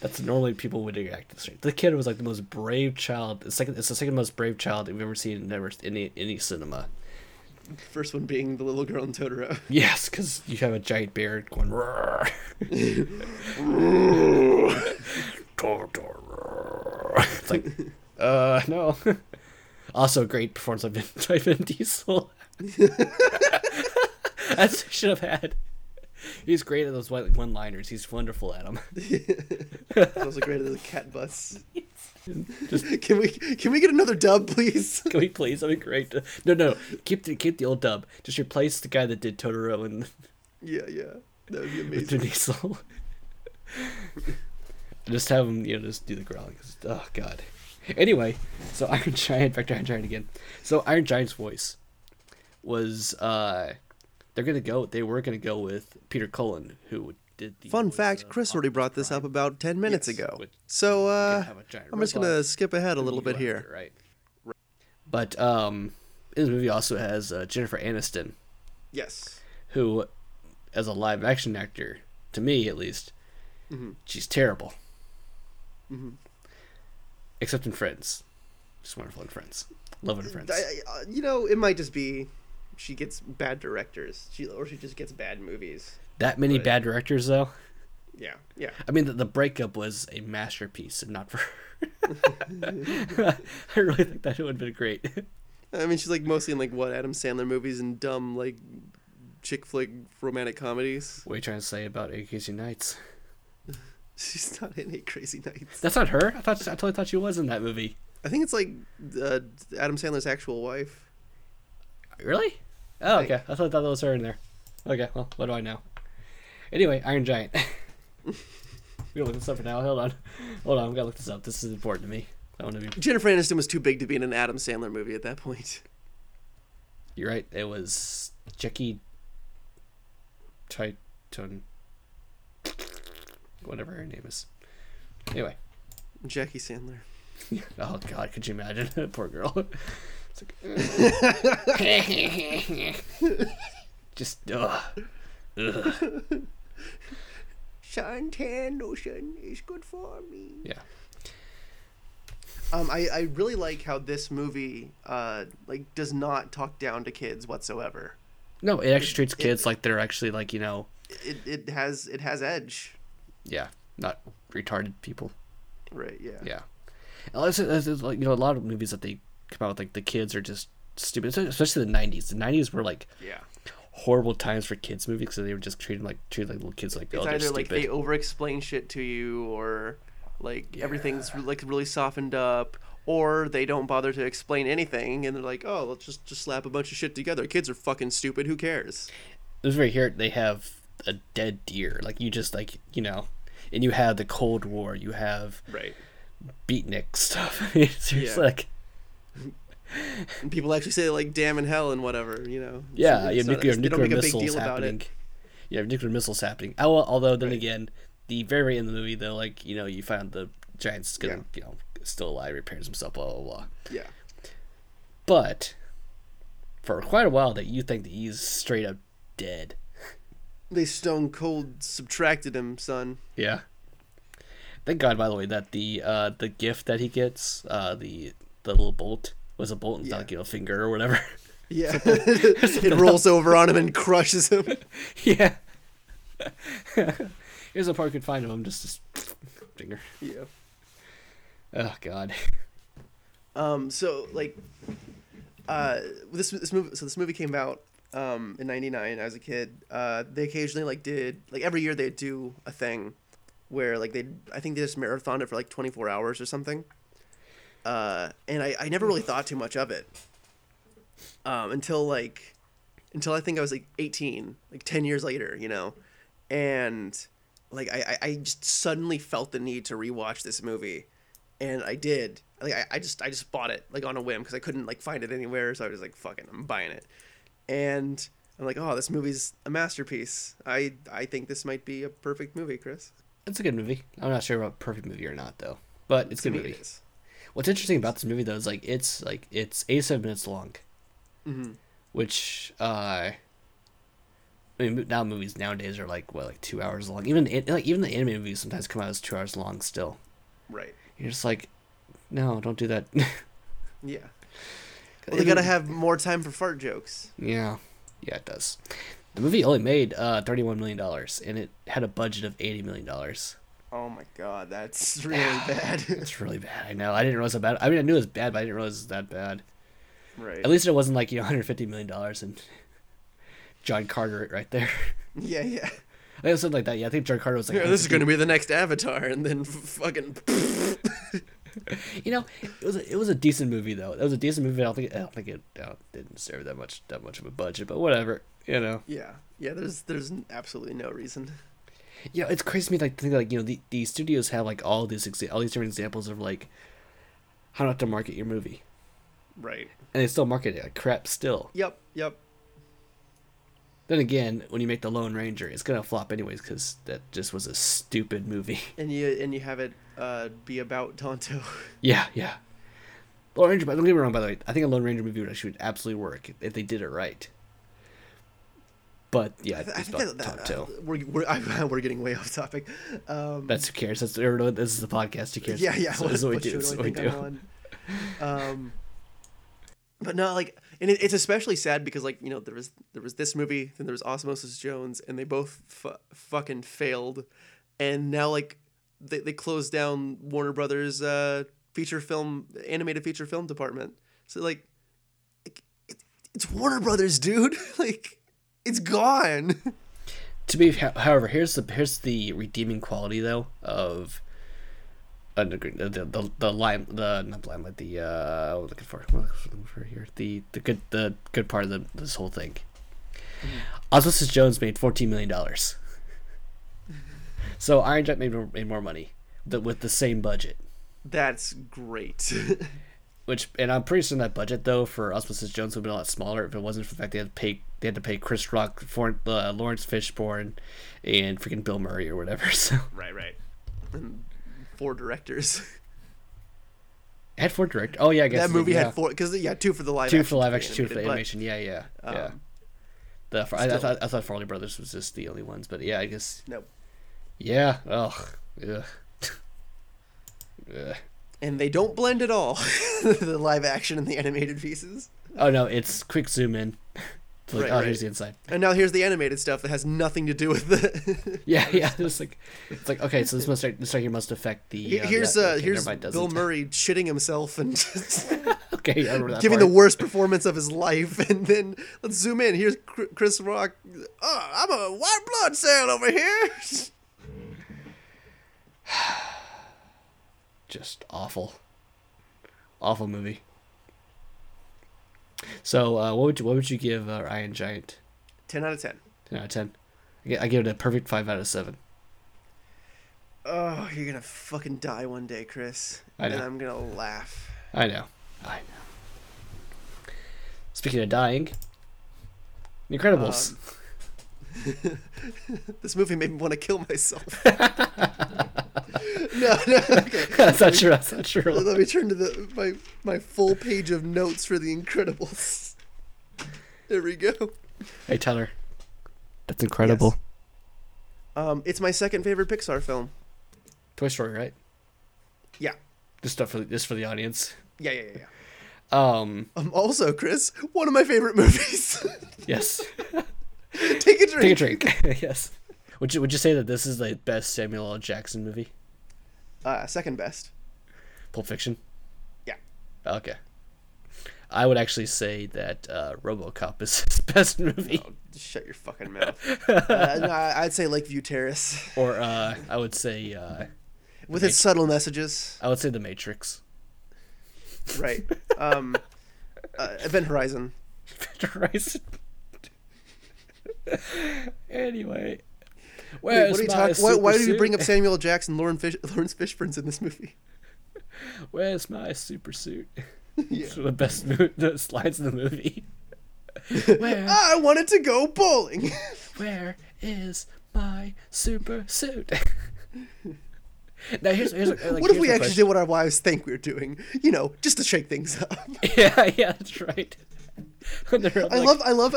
Speaker 2: That's normally people would react to this. The kid was like the most brave child. It's like it's the second most brave child we've ever seen in ever in any, any cinema.
Speaker 1: First one being the little girl in Totoro.
Speaker 2: Yes, because you have a giant bear going. <laughs> "Roar." Totoro. it's like, uh, no. <laughs> also, great performance by Vin, <laughs> by Vin Diesel. <laughs> That's what I should have had. He's great at those white one-liners. He's wonderful at them.
Speaker 1: It's also great as a cat bus. can we can we get another dub, please? <laughs>
Speaker 2: <laughs> Can we please? That'd be great. No, no, keep the keep the old dub. Just replace the guy that did Totoro and <laughs>
Speaker 1: yeah, yeah, that would be
Speaker 2: with
Speaker 1: amazing.
Speaker 2: Vin Diesel. <laughs> just have him, you know, just do the growling. 'cause- Oh God. Anyway, so <laughs> Iron Giant, back to Iron Giant again. So Iron Giant's voice was uh, they're gonna go. They were gonna go with Peter Cullen, who did the
Speaker 1: Fun
Speaker 2: voice
Speaker 1: fact:
Speaker 2: of
Speaker 1: Chris already
Speaker 2: Optimus
Speaker 1: brought this
Speaker 2: Prime.
Speaker 1: up about ten minutes
Speaker 2: uh, Yes,
Speaker 1: ago.
Speaker 2: which-
Speaker 1: So uh,
Speaker 2: have a giant
Speaker 1: I'm just gonna
Speaker 2: robot
Speaker 1: skip ahead a little
Speaker 2: you
Speaker 1: bit
Speaker 2: after,
Speaker 1: here.
Speaker 2: right? But um, this movie also has uh, Jennifer Aniston,
Speaker 1: Yes.
Speaker 2: who, as a live action actor, to me at least,
Speaker 1: Mm-hmm.
Speaker 2: she's terrible. Except in Friends, she's wonderful in Friends. Love it in Friends.
Speaker 1: I, I- uh, you know, it might just be she gets bad directors, she or she just gets bad movies.
Speaker 2: that many bad directors, though.
Speaker 1: Yeah, yeah.
Speaker 2: I mean, the, the breakup was a masterpiece, and not
Speaker 1: <laughs>
Speaker 2: for. her. <laughs> I really think that would have been great.
Speaker 1: I mean, she's like mostly in like what Adam Sandler movies and dumb like chick flick romantic comedies. <laughs>
Speaker 2: what are you trying to say about AKC Nights?
Speaker 1: She's not in Eight Crazy Nights.
Speaker 2: That's not her. I thought I totally thought she was in that movie.
Speaker 1: I think it's like uh, Adam Sandler's actual wife.
Speaker 2: Really? Oh,
Speaker 1: think.
Speaker 2: okay. I thought that was her in there. Okay, well, what do I know? Anyway, Iron Giant. <laughs> we gotta look this up now. Hold on. Hold on, we gotta look this up. This is important to me. I want to be.
Speaker 1: Jennifer Aniston was too big to be in an Adam Sandler movie at that point. <laughs>
Speaker 2: You're right. It was Jackie Titan. Whatever her name is. Anyway. <laughs>
Speaker 1: Jackie Sandler.
Speaker 2: Oh, God, could you imagine? <laughs> Poor girl. It's like. <laughs> Just. Ugh.
Speaker 1: Suntan lotion is good for me.
Speaker 2: Yeah.
Speaker 1: Um, I, I really like how this movie uh like does not talk down to kids whatsoever.
Speaker 2: No, it actually treats kids like they're actually, like, you know.
Speaker 1: It it has it has edge.
Speaker 2: yeah, not retarded people.
Speaker 1: Right. Yeah.
Speaker 2: Yeah, unless it, it's- it's like you know a lot of movies that they come out with, like the kids are just stupid, especially the '90s. The '90s were like
Speaker 1: Yeah.
Speaker 2: horrible times for kids movies because they were just treated like treated like little kids like
Speaker 1: It's
Speaker 2: oh they're
Speaker 1: either like
Speaker 2: stupid.
Speaker 1: they over-explain shit to you, or like everything's like really softened up, or they don't bother to explain anything, and they're like, oh, let's just just slap a bunch of shit together. Kids are fucking stupid. Who cares?
Speaker 2: It was very here. They have a dead deer, like you just like you know, and you have the Cold War, you have
Speaker 1: Right.
Speaker 2: beatnik stuff. <laughs> it's just
Speaker 1: Yeah.
Speaker 2: like
Speaker 1: And people actually say like "damn" and "hell" and whatever, you know. It's-
Speaker 2: Yeah,
Speaker 1: it's
Speaker 2: you have
Speaker 1: not-
Speaker 2: nuclear,
Speaker 1: it's- they don't
Speaker 2: nuclear
Speaker 1: make a big
Speaker 2: missiles
Speaker 1: deal about
Speaker 2: happening.
Speaker 1: it.
Speaker 2: You have nuclear missiles happening. Oh, well, although then again, the very, very end of the movie, they're like, you know, you find the giant's gonna,
Speaker 1: Yeah.
Speaker 2: you know, still alive, repairs himself, blah blah blah.
Speaker 1: Yeah.
Speaker 2: But for quite a while, that you think that he's straight up dead.
Speaker 1: They stone cold subtracted him, son.
Speaker 2: Yeah. Thank God, by the way, that the uh the gift that he gets, uh the the little bolt was a bolt and not
Speaker 1: Yeah.
Speaker 2: like, you know, finger or whatever. <laughs>
Speaker 1: Yeah. <laughs> it rolls over on him and crushes him.
Speaker 2: <laughs> yeah. Here's a part you can find of him, just just finger.
Speaker 1: Yeah.
Speaker 2: Oh God. <laughs>
Speaker 1: Um, so like, uh, this this movie. So this movie came out um, in '99. I was a kid. Uh, they occasionally like did like every year they would do a thing where like they I think they just marathoned it for like 24 hours or something. Uh, and I, I never really thought too much of it um, until like until I think I was like 18, like 10 years later, you know, and like I, I I just suddenly felt the need to rewatch this movie, and I did. Like I, I just I just bought it like on a whim because I couldn't like find it anywhere, so I was like, "Fucking, I'm buying it," and I'm like, "Oh, this movie's a masterpiece. I I think this might be a perfect movie, Chris."
Speaker 2: It's a good movie. I'm not sure about perfect movie or not though, but it's a good
Speaker 1: To me, it
Speaker 2: movie.
Speaker 1: is.
Speaker 2: What's interesting about this movie though is like it's like it's 87 minutes long,
Speaker 1: Mm-hmm.
Speaker 2: which uh, I mean now movies nowadays are like what like two hours long. Even an- like even the anime movies sometimes come out as two hours long still.
Speaker 1: Right.
Speaker 2: You're just like, no, don't do that.
Speaker 1: Yeah. Well, they gotta have more time for fart jokes.
Speaker 2: <laughs> Yeah, yeah, it does. The movie only made uh, thirty-one million dollars, and it had a budget of eighty million dollars.
Speaker 1: Oh my god, that's <laughs> really
Speaker 2: <laughs>
Speaker 1: bad.
Speaker 2: It's really bad. I know. I didn't realize how bad. I mean, I knew it was bad, but I didn't realize it was that bad.
Speaker 1: right.
Speaker 2: At least it wasn't like you know, one hundred fifty million dollars and <laughs> John Carter right there. <laughs>
Speaker 1: Yeah, yeah.
Speaker 2: I think it was something like that. Yeah, I think John Carter was like.
Speaker 1: Yeah, this is
Speaker 2: 150
Speaker 1: gonna be the next Avatar, and then f- fucking. <laughs>
Speaker 2: You know, it was a, it was a decent movie though. It was a decent movie. I don't think I don't think it I don't- didn't serve that much that much of a budget, but whatever. You know,
Speaker 1: yeah, yeah. There's there's absolutely no reason.
Speaker 2: you know, it's crazy to me like to think like you know the, the studios have like all these exa- all these different examples of like how not to market your movie,
Speaker 1: Right.
Speaker 2: and they still market it like crap. Still,
Speaker 1: Yep. Yep.
Speaker 2: then again, when you make the Lone Ranger, it's gonna flop anyways because that just was a stupid movie. <laughs>
Speaker 1: And you and you have it uh, be about Tonto.
Speaker 2: yeah, yeah. Lone Ranger, but don't get me wrong. By the way, I think a Lone Ranger movie would actually would absolutely work if they did it right. But yeah,
Speaker 1: I
Speaker 2: it's
Speaker 1: think that,
Speaker 2: about
Speaker 1: that,
Speaker 2: Tonto.
Speaker 1: uh, we're we're, I, we're <laughs> getting way off topic. Um,
Speaker 2: That's who cares. That's everyone. This is the podcast. Who cares?
Speaker 1: yeah, yeah. <laughs>
Speaker 2: So this is what we do.
Speaker 1: show
Speaker 2: This is
Speaker 1: I
Speaker 2: what we
Speaker 1: think I'm
Speaker 2: do.
Speaker 1: on? Um, but no, like, and it, it's especially sad because like you know there was there was this movie, then there was Osmosis Jones, and they both fu- fucking failed, and now like they they closed down Warner Brothers uh, feature film animated feature film department. So like, it, it, it's Warner Brothers, dude. <laughs> like, it's gone. <laughs>
Speaker 2: To be, ho- however, here's the here's the redeeming quality though of underground the the the, the lime the not limelight the uh what am I looking for what am I looking for here the the good the good part of the, this whole thing. Osmosis Jones made fourteen million dollars. so Iron Giant made more, made more money th- with the same budget.
Speaker 1: That's great.
Speaker 2: which and I'm pretty certain that budget though for Osmosis Jones would have been a lot smaller if it wasn't for the fact they had to pay they had to pay Chris Rock, for, uh, Lawrence Fishburne, and freaking Bill Murray or whatever. <laughs> So
Speaker 1: right, right. And four directors. <laughs>
Speaker 2: it had four director. Oh yeah, I guess
Speaker 1: that
Speaker 2: it did,
Speaker 1: movie
Speaker 2: yeah.
Speaker 1: had four because yeah, two for the live
Speaker 2: two
Speaker 1: action,
Speaker 2: for live
Speaker 1: for
Speaker 2: action, two for the
Speaker 1: animated, but- um,
Speaker 2: animation. Yeah, yeah, yeah. The I, I
Speaker 1: still.
Speaker 2: thought I thought Farley Brothers was just the only ones, but yeah, I guess
Speaker 1: No,
Speaker 2: yeah. Oh, ugh. <laughs> Ugh.
Speaker 1: and they don't blend at all. <laughs> the live action and the animated pieces.
Speaker 2: oh no, it's quick zoom in. <laughs> It's like,
Speaker 1: Right,
Speaker 2: oh,
Speaker 1: right.
Speaker 2: here's the inside.
Speaker 1: And now here's the animated stuff that has nothing to do with the. <laughs>
Speaker 2: Yeah, yeah. <laughs> It's like, it's like okay. So this must start, this right here must affect the.
Speaker 1: Here-
Speaker 2: uh,
Speaker 1: here's
Speaker 2: yeah,
Speaker 1: uh,
Speaker 2: okay,
Speaker 1: here's
Speaker 2: never mind,
Speaker 1: Bill
Speaker 2: doesn't.
Speaker 1: Murray shitting himself and <laughs> just
Speaker 2: <laughs> Okay, I remember that
Speaker 1: giving
Speaker 2: part.
Speaker 1: the worst performance of his life. <laughs> And then let's zoom in. Here's Chr- Chris Rock. Oh, I'm a white blood cell over here. <laughs>
Speaker 2: just awful, awful movie. So, uh, what would you what would you give uh, Iron Giant?
Speaker 1: ten out of ten.
Speaker 2: Ten out of ten. I gi- I give it a perfect five out of seven.
Speaker 1: Oh, you're gonna fucking die one day, Chris.
Speaker 2: I
Speaker 1: And
Speaker 2: know.
Speaker 1: I'm gonna laugh.
Speaker 2: I know, I know. Speaking of dying, The Incredibles.
Speaker 1: Um, This movie made me want to kill myself. <laughs> no, no. Okay.
Speaker 2: <laughs> that's not true. That's
Speaker 1: <laughs>
Speaker 2: not true.
Speaker 1: Let me turn to the my my full page of notes for The Incredibles. There we go.
Speaker 2: Hey Tyler, that's incredible.
Speaker 1: Um, it's my second favorite Pixar film.
Speaker 2: Toy Story, right?
Speaker 1: Yeah,
Speaker 2: Just stuff for the, just for the audience.
Speaker 1: yeah, yeah, yeah. yeah.
Speaker 2: Um,
Speaker 1: Um, also, Chris, one of my favorite movies. <laughs>
Speaker 2: <laughs> yes.
Speaker 1: Take a drink.
Speaker 2: Take a drink. <laughs> yes. Would you would you say that this is the best Samuel L. Jackson movie?
Speaker 1: Uh, second best.
Speaker 2: Pulp Fiction.
Speaker 1: Yeah.
Speaker 2: Okay. I would actually say that uh, RoboCop is <laughs> his best movie,
Speaker 1: Oh, Just shut your fucking mouth. Uh, no, I- I'd say Lakeview Terrace
Speaker 2: or uh, I would say uh,
Speaker 1: with its subtle messages.
Speaker 2: I would say The Matrix. <laughs>
Speaker 1: Right. Um, uh, Event Horizon.
Speaker 2: Horizon. <laughs> anyway,
Speaker 1: Wait,
Speaker 2: where's
Speaker 1: what are you
Speaker 2: my
Speaker 1: talking? Why, why
Speaker 2: super
Speaker 1: did you bring up
Speaker 2: suit?
Speaker 1: Samuel L. Jackson, Lauren Fish, <laughs> Lawrence Fishburne's in this movie?
Speaker 2: <laughs> Where's my
Speaker 1: <laughs>
Speaker 2: super suit? It's one of the best mo- the slides in the movie. Where
Speaker 1: Ah, I wanted to go bowling.
Speaker 2: Where is my super
Speaker 1: <laughs>
Speaker 2: suit? now here's, here's like,
Speaker 1: what if we actually did what our wives think we're doing? You know, just to shake things
Speaker 2: <laughs>
Speaker 1: up.
Speaker 2: did? Yeah, yeah, that's right. <laughs> I
Speaker 1: I love, I love.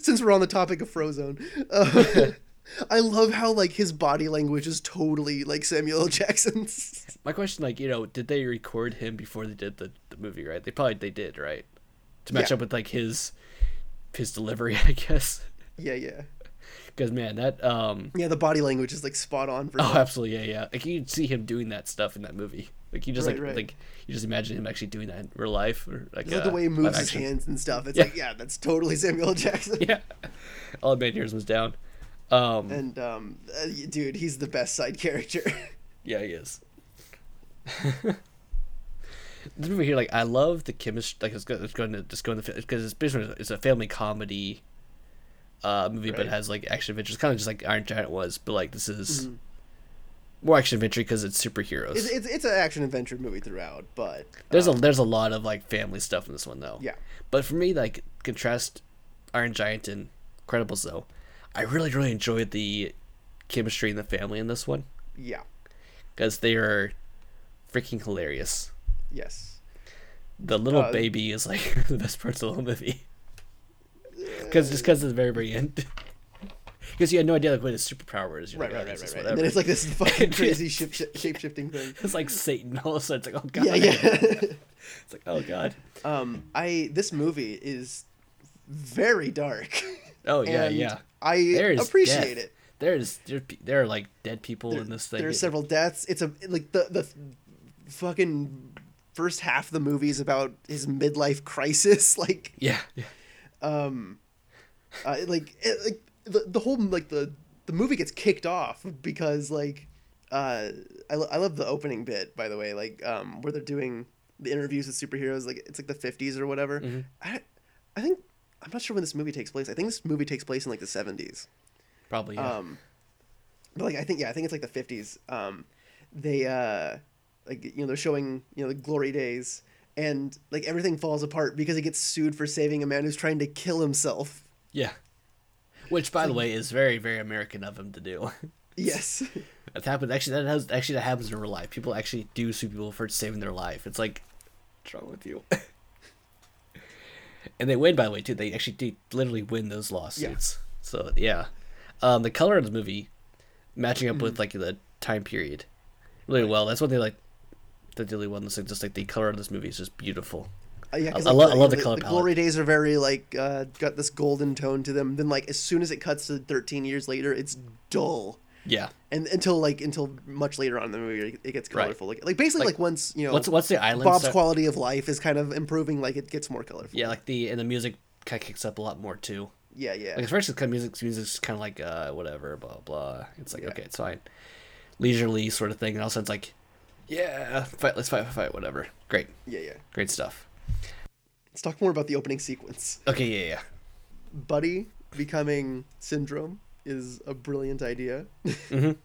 Speaker 1: Since we're on the topic of Frozone, uh, <laughs> I love how like his body language is totally like Samuel L. Jackson's.
Speaker 2: my question. Like you know, did they record him before they did the, the movie? Right? They probably they did, right? to match
Speaker 1: Yeah.
Speaker 2: up with like his his delivery, <laughs> I guess.
Speaker 1: <laughs> Yeah, yeah,
Speaker 2: Because man, that um
Speaker 1: yeah. The body language is like spot on for.
Speaker 2: oh
Speaker 1: that.
Speaker 2: absolutely yeah yeah like you see him doing that stuff in that movie like you just
Speaker 1: Right,
Speaker 2: like
Speaker 1: right.
Speaker 2: like you just imagine him actually doing that in real life or like,
Speaker 1: Like
Speaker 2: uh,
Speaker 1: the way he
Speaker 2: live
Speaker 1: moves his
Speaker 2: action.
Speaker 1: hands and stuff. It's
Speaker 2: Yeah.
Speaker 1: like yeah, that's totally Samuel L. Jackson.
Speaker 2: <laughs> yeah all it made yours was down um
Speaker 1: And um, uh, y- dude, he's the best side character. <laughs>
Speaker 2: Yeah, he is. <laughs> this movie here, like, I love the chemistry. Like, it's, go- it's going to just go in the because it's basically it's a family comedy uh, movie, but
Speaker 1: Right.
Speaker 2: it has like action adventure. It's kind of just like Iron Giant was, but like this is more action adventure because it's superheroes.
Speaker 1: Mm-hmm. it's, it's it's an action adventure movie throughout, but uh,
Speaker 2: there's a there's a lot of like family stuff in this one though.
Speaker 1: Yeah.
Speaker 2: but for me, like contrast Iron Giant and Credibles though, I really really enjoyed the chemistry in the family in this one
Speaker 1: yeah,
Speaker 2: because they are freaking hilarious.
Speaker 1: yes,
Speaker 2: the little
Speaker 1: Uh,
Speaker 2: baby is like <laughs> the best part of the whole movie because just because of the very very end <laughs> because you had no idea like what his superpower is You're
Speaker 1: right,
Speaker 2: like,
Speaker 1: right,
Speaker 2: "Oh,
Speaker 1: right,
Speaker 2: it's
Speaker 1: right,
Speaker 2: just
Speaker 1: right. And
Speaker 2: whatever."
Speaker 1: then it's like this
Speaker 2: <laughs>
Speaker 1: fucking crazy ship shape shifting thing.
Speaker 2: It's like satan all of a sudden it's like oh god
Speaker 1: Yeah, yeah.
Speaker 2: it's like oh god
Speaker 1: <laughs> um, I this movie is very dark.
Speaker 2: oh yeah
Speaker 1: and
Speaker 2: yeah
Speaker 1: I
Speaker 2: there is
Speaker 1: appreciate
Speaker 2: death.
Speaker 1: it.
Speaker 2: there's there, pe- there are like dead people in this thing
Speaker 1: There are several deaths. It's a like the the fucking first half of the movie is about his midlife crisis. <laughs> Like
Speaker 2: yeah, yeah
Speaker 1: uh, like it, like the, the whole like the the movie gets kicked off because like uh I, lo- I love the opening bit by the way like um where they're doing the interviews with superheroes like it's like the 50s or whatever I I think I'm not sure when this movie takes place I think this movie takes place in like the 70s
Speaker 2: probably yeah.
Speaker 1: um but like I think yeah I think it's like the 50s um they uh like you know they're showing you know the glory days and like everything falls apart because he gets sued for saving a man who's trying to kill himself <laughs>
Speaker 2: yeah which by the way is very very american of him to do <laughs>
Speaker 1: yes
Speaker 2: That's happened. Actually, that has actually that happens in real life. People actually do sue people for saving their life. It's like, what's wrong with you? <laughs> and they win, by the way, too. They actually do literally win those lawsuits. So yeah, um, the color of the movie matching up with like the time period really well. That's what they like. The really well. This like just like the color of this movie is just beautiful.
Speaker 1: Uh, yeah, 'cause,
Speaker 2: I- I
Speaker 1: like,
Speaker 2: lo- I love the
Speaker 1: the
Speaker 2: color
Speaker 1: The
Speaker 2: palette.
Speaker 1: glory days are very like uh, got this golden tone to them. Then like as soon as it cuts to 13 years later, it's dull.
Speaker 2: Yeah.
Speaker 1: And until like until much later on in the movie, it gets
Speaker 2: Right.
Speaker 1: colorful. Like, like basically like,
Speaker 2: Like,
Speaker 1: once you know
Speaker 2: What's what's the island?
Speaker 1: Oh, Bob's
Speaker 2: style-
Speaker 1: quality of life is kind of improving. Like it gets more colorful.
Speaker 2: Yeah, like the and the music kind of kicks up a lot more too.
Speaker 1: yeah, yeah.
Speaker 2: Like at first, it's kind of music. Music's just kind of like uh, whatever, blah blah. It's like okay, it's fine, leisurely sort of thing. And all of a sudden, it's like, yeah, fight, let's fight, fight, fight, whatever. Great,
Speaker 1: yeah, yeah.
Speaker 2: great stuff.
Speaker 1: Let's talk more about the opening sequence.
Speaker 2: Okay, yeah, yeah.
Speaker 1: Buddy becoming Syndrome is a brilliant idea.
Speaker 2: Mm-hmm.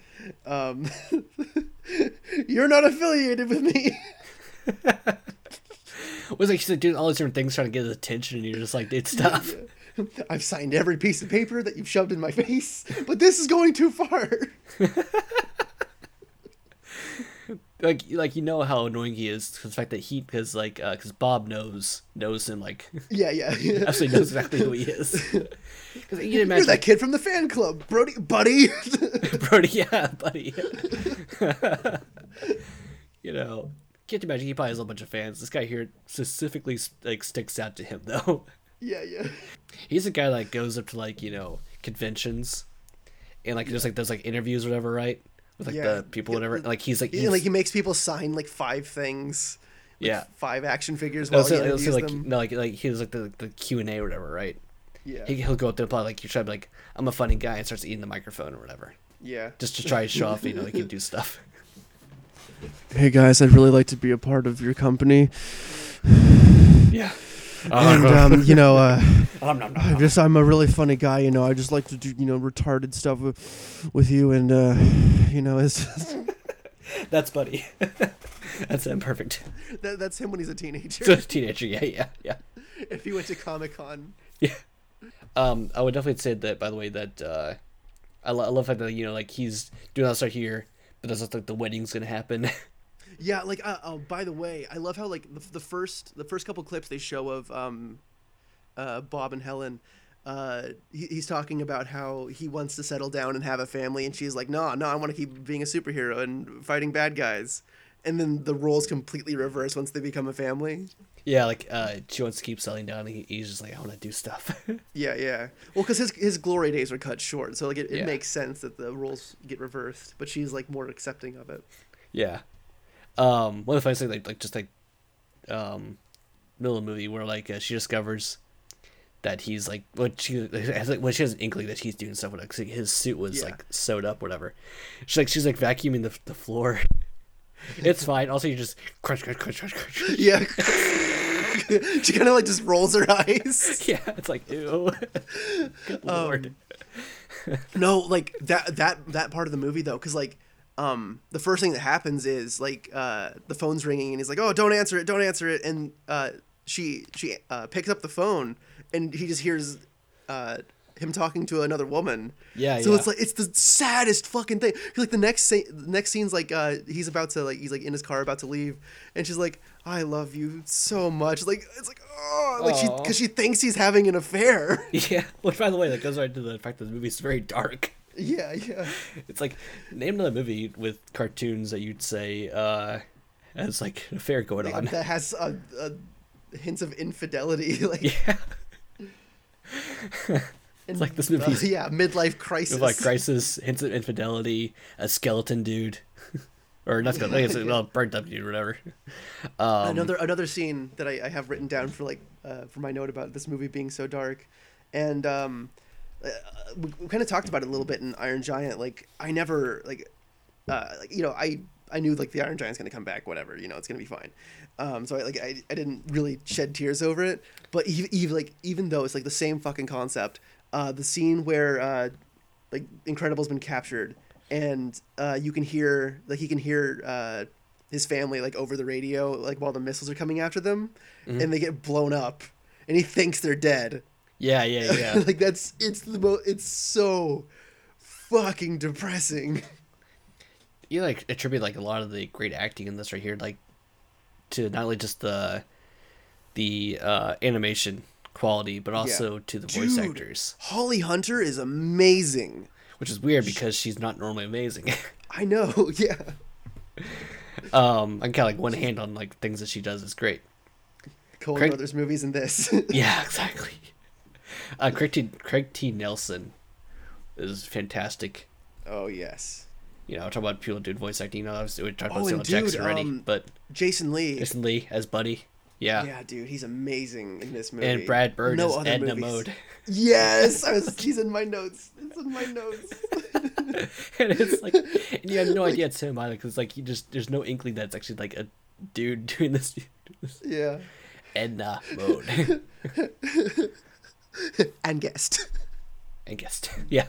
Speaker 1: <laughs> um, <laughs> you're not affiliated with me. <laughs>
Speaker 2: It was like she's like doing all these different things trying to get his attention, and you're just like, dude, stop.
Speaker 1: I've signed every piece of paper that you've shoved in my face, but this is going too far. <laughs>
Speaker 2: Like, like you know how annoying he is 'cause the fact that he, because like, because Bob knows knows him like <laughs>
Speaker 1: Yeah, yeah. yeah.
Speaker 2: absolutely knows exactly who he is. <laughs> Because you can
Speaker 1: You're
Speaker 2: imagine
Speaker 1: that kid from the fan club, Brody, buddy. <laughs>
Speaker 2: <laughs> Brody, yeah, buddy. <laughs> you know, can't imagine he probably has a bunch of fans. This guy here specifically like sticks out to him <laughs> though.
Speaker 1: yeah, yeah.
Speaker 2: He's a guy that goes up to like you know conventions, and like just like does like interviews or whatever, right? With like
Speaker 1: Yeah.
Speaker 2: the people, whatever. Like he's like,
Speaker 1: And, like he makes people sign like five things,
Speaker 2: yeah.
Speaker 1: five action figures
Speaker 2: It'll
Speaker 1: while
Speaker 2: say,
Speaker 1: he
Speaker 2: it'll say,
Speaker 1: interviews
Speaker 2: like
Speaker 1: them.
Speaker 2: no, like like he was like the the Q and A or whatever, right?
Speaker 1: Yeah,
Speaker 2: He he'll go up there and probably like you try to be like I'm a funny guy and starts eating the microphone or whatever,
Speaker 1: yeah.
Speaker 2: just to try and show off you know he can do stuff.
Speaker 1: Hey guys, I'd really like to be a part of your
Speaker 2: <laughs>
Speaker 1: company,
Speaker 2: Yeah.
Speaker 1: and um, you know, uh,
Speaker 2: Uh-huh. <laughs> Nom, nom, nom,
Speaker 1: I
Speaker 2: nom.
Speaker 1: just I'm a really funny guy. You know, I just like to do you know retarded stuff with, with you, and uh, you know, it's <laughs>
Speaker 2: That's Buddy. <laughs> That's him. Perfect. <laughs>
Speaker 1: that, that's him when he's a teenager.
Speaker 2: So teenager. Yeah, yeah, yeah,
Speaker 1: if he went to Comic Con.
Speaker 2: yeah. Um, I would definitely say that. By the way, that uh, I, lo- I love the fact that you know, like he's doing all this stuff here, but that's not like the wedding's gonna happen. <laughs>
Speaker 1: Yeah, like uh, oh, by the way, I love how like the, the first the first couple clips they show of um, uh, Bob and Helen. Uh, he, he's talking about how he wants to settle down and have a family, and she's like, "No, no, I want to keep being a superhero and fighting bad guys." and then the roles completely reverse once they become a family.
Speaker 2: Yeah, like uh, she wants to keep selling down. And he, he's just like, I want to do stuff. <laughs>
Speaker 1: Yeah, yeah. Well, because his his glory days are cut short, so like it, it
Speaker 2: Yeah.
Speaker 1: makes sense that the roles get reversed. But she's like more accepting of it.
Speaker 2: yeah. Um, one of the funniest things, like, like just like, um, middle of the movie where like uh, she discovers that he's like, what she like, has like, when she has an inkling that he's doing stuff with like, his suit was
Speaker 1: Yeah.
Speaker 2: like sewed up, whatever. She's like, she's like vacuuming the the <laughs> floor. it's fine. Also, you just crunch, crunch, crunch, crunch, crunch.
Speaker 1: Yeah. <laughs> she kind of like just rolls her eyes.
Speaker 2: Yeah, it's like ew. <laughs> Good lord.
Speaker 1: No, like that that that part of the movie though, because like um the first thing that happens is like uh the phone's ringing and he's like oh don't answer it don't answer it and uh she she uh, picks up the phone and he just hears uh him talking to another woman
Speaker 2: Yeah,
Speaker 1: so
Speaker 2: yeah.
Speaker 1: it's like it's the saddest fucking thing 'Cause, like the next sa- the next scene's like uh he's about to like he's like in his car about to leave and she's like I love you so much like it's like oh like she
Speaker 2: Aw.
Speaker 1: because she thinks he's having an
Speaker 2: <laughs>
Speaker 1: affair
Speaker 2: <laughs> Yeah, which by the way, that goes right to the fact that the movie is very dark.
Speaker 1: yeah yeah
Speaker 2: It's like name another movie with cartoons that you'd say uh has like an affair
Speaker 1: <laughs>
Speaker 2: going on.
Speaker 1: that has a, a hints of infidelity, <laughs> like
Speaker 2: Yeah, it's like this
Speaker 1: uh,
Speaker 2: movie's
Speaker 1: yeah, midlife crisis.
Speaker 2: like crisis, hints of infidelity, a skeleton dude, <laughs> or not skeleton, I guess well, burnt up dude, or whatever. Um,
Speaker 1: another another scene that I, I have written down for like uh, for my note about this movie being so dark, and um, uh, we, we kind of talked about it a little bit in Iron Giant. Like I never like, uh, like you know I. I knew like the Iron Giant's gonna come back, whatever, you know, it's gonna be fine. Um, so I like I, I didn't really shed tears over it, but even, even like even though it's like the same fucking concept, uh, the scene where uh, like Incredible's been captured, and uh, you can hear like he can hear uh, his family like over the radio like while the missiles are coming after them,
Speaker 2: Mm-hmm.
Speaker 1: and they get blown up, and he thinks they're dead. <laughs>
Speaker 2: yeah, yeah, yeah.
Speaker 1: like that's it's the mo It's so fucking depressing.
Speaker 2: you like attribute like a lot of the great acting in this right here like to not only just the the uh animation quality but <laughs> also to the voice
Speaker 1: Dude.
Speaker 2: actors
Speaker 1: Holly Hunter is amazing.
Speaker 2: which is weird because she's not normally amazing <laughs>
Speaker 1: I know. <laughs> Yeah.
Speaker 2: um i can count like one hand on like things that she does is great
Speaker 1: Coen
Speaker 2: Craig-
Speaker 1: Brothers movies and this. <laughs>
Speaker 2: yeah <laughs> exactly uh craig t, craig t nelson is fantastic
Speaker 1: oh yes.
Speaker 2: you know talk about people doing voice acting you know obviously we talked about
Speaker 1: Oh, and
Speaker 2: Samuel jackson
Speaker 1: dude,
Speaker 2: already
Speaker 1: um,
Speaker 2: but
Speaker 1: Jason Lee.
Speaker 2: jason lee as buddy yeah,
Speaker 1: Yeah, dude, he's amazing in this movie.
Speaker 2: and brad bird
Speaker 1: No
Speaker 2: is
Speaker 1: other
Speaker 2: edna
Speaker 1: movies.
Speaker 2: mode <laughs>
Speaker 1: Yes, I <laughs> was. He's in my notes. It's in my notes.
Speaker 2: and it's like and you have <laughs> no idea it's him either because like you just there's no inkling that it's actually like a dude <laughs> doing this, this
Speaker 1: <laughs> Yeah,
Speaker 2: Edna <laughs> mode
Speaker 1: and guest.
Speaker 2: I guess <laughs> yeah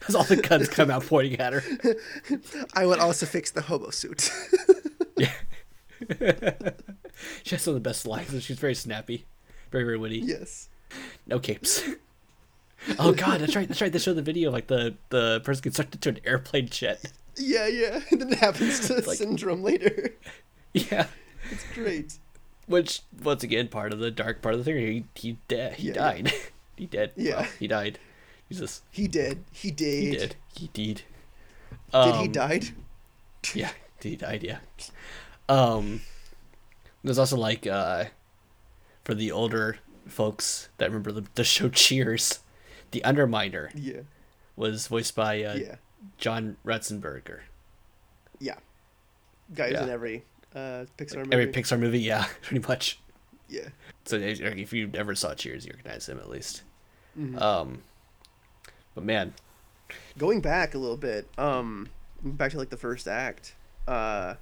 Speaker 2: because all the guns come out pointing at her
Speaker 1: I will also fix the hobo suit. <laughs>
Speaker 2: she has some of the best lines and she's very snappy very very witty
Speaker 1: yes.
Speaker 2: no capes <laughs> oh god that's right that's right they show the video of, like the the person gets sucked into an airplane jet <laughs>
Speaker 1: Yeah, yeah. <laughs> And then it happens to
Speaker 2: like-
Speaker 1: Syndrome later. <laughs>
Speaker 2: yeah
Speaker 1: It's great.
Speaker 2: which once again part of the dark part of the thing he he, de- he
Speaker 1: Yeah, yeah.
Speaker 2: died <laughs> he dead
Speaker 1: Yeah.
Speaker 2: Well, he died jesus
Speaker 1: He did. He did.
Speaker 2: He did. He did.
Speaker 1: Did
Speaker 2: Um,
Speaker 1: he died?
Speaker 2: Yeah, did he died? Yeah. Um, there's also like uh, for the older folks that remember the, the show Cheers, the Underminer
Speaker 1: Yeah.
Speaker 2: was voiced by uh,
Speaker 1: Yeah.
Speaker 2: John Ratzenberger.
Speaker 1: Yeah. Guy who's
Speaker 2: Yeah.
Speaker 1: in every uh, Pixar movie.
Speaker 2: Every Pixar movie, yeah, <laughs> pretty much.
Speaker 1: Yeah.
Speaker 2: So if if you ever saw Cheers, you recognize him at least.
Speaker 1: Mm-hmm.
Speaker 2: Um, but man,
Speaker 1: going back a little bit um back to like the first act uh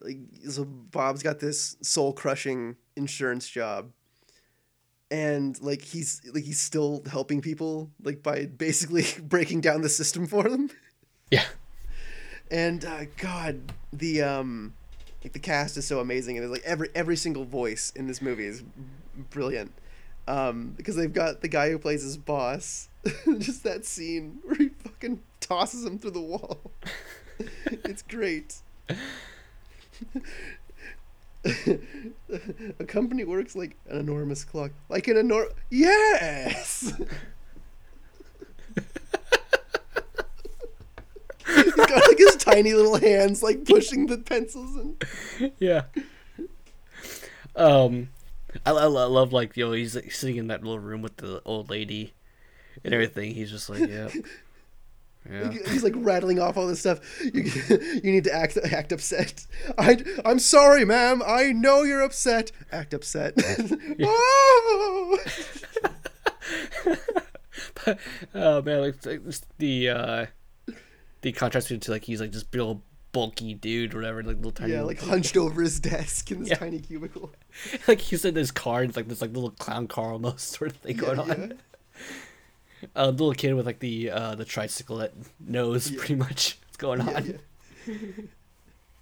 Speaker 1: like so bob's got this soul crushing insurance job and like he's like he's still helping people like by basically <laughs> breaking down the system for them
Speaker 2: yeah,
Speaker 1: and uh, god the um like the cast is so amazing and it's like every every single voice in this movie is brilliant um because they've got the guy who plays his boss <laughs> just that scene where he fucking tosses him through the wall it's great <laughs> a company works like an enormous clock like an enormous yes <laughs> He's got got like his tiny little hands like pushing the pencils and
Speaker 2: <laughs> yeah. Um, I, I, lo- I love like yo, he's like, sitting in that little room with the old lady and everything. He's just
Speaker 1: <laughs>
Speaker 2: like, yeah, yeah. <laughs>
Speaker 1: he's like rattling off all this stuff. You, <laughs> you need to act act upset. I I'm sorry, ma'am. I know you're upset. Act upset. <laughs> oh!
Speaker 2: Oh man, like, like just the uh, the contrast to like he's like this big old bulky dude, or whatever, like little tiny,
Speaker 1: Yeah, like hunched over his desk in this
Speaker 2: Yeah.
Speaker 1: tiny cubicle.
Speaker 2: <laughs> like he's in this car, and it's like this like little clown car almost <laughs> sort of thing going on.
Speaker 1: yeah.
Speaker 2: <laughs> A little kid with like the uh the tricycle that knows pretty much <laughs> what's going on.
Speaker 1: Yeah, yeah.
Speaker 2: <laughs>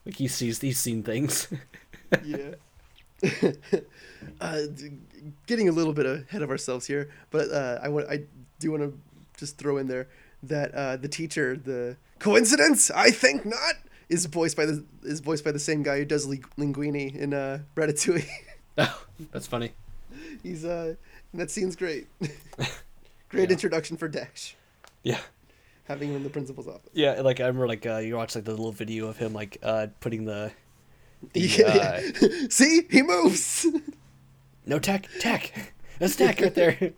Speaker 2: Like he sees he's seen things. <laughs>
Speaker 1: yeah. <laughs> uh, d- getting a little bit ahead of ourselves here, but uh, I want I do want to just throw in there that uh, the teacher, the coincidence, I think not, is voiced by the is voiced by the same guy who does Ling- Linguini in uh, Ratatouille. <laughs>
Speaker 2: oh, that's funny.
Speaker 1: He's uh, and that scene's great. <laughs> great
Speaker 2: Yeah.
Speaker 1: introduction for Dash,
Speaker 2: Yeah.
Speaker 1: having him in the principal's office.
Speaker 2: Yeah, like I remember like uh, you watch like the little video of him like uh
Speaker 1: <laughs>
Speaker 2: putting the the
Speaker 1: Yeah.
Speaker 2: uh,
Speaker 1: <laughs> See, he moves. <laughs>
Speaker 2: no tack <laughs> tack. That's tack
Speaker 1: <laughs>
Speaker 2: right there.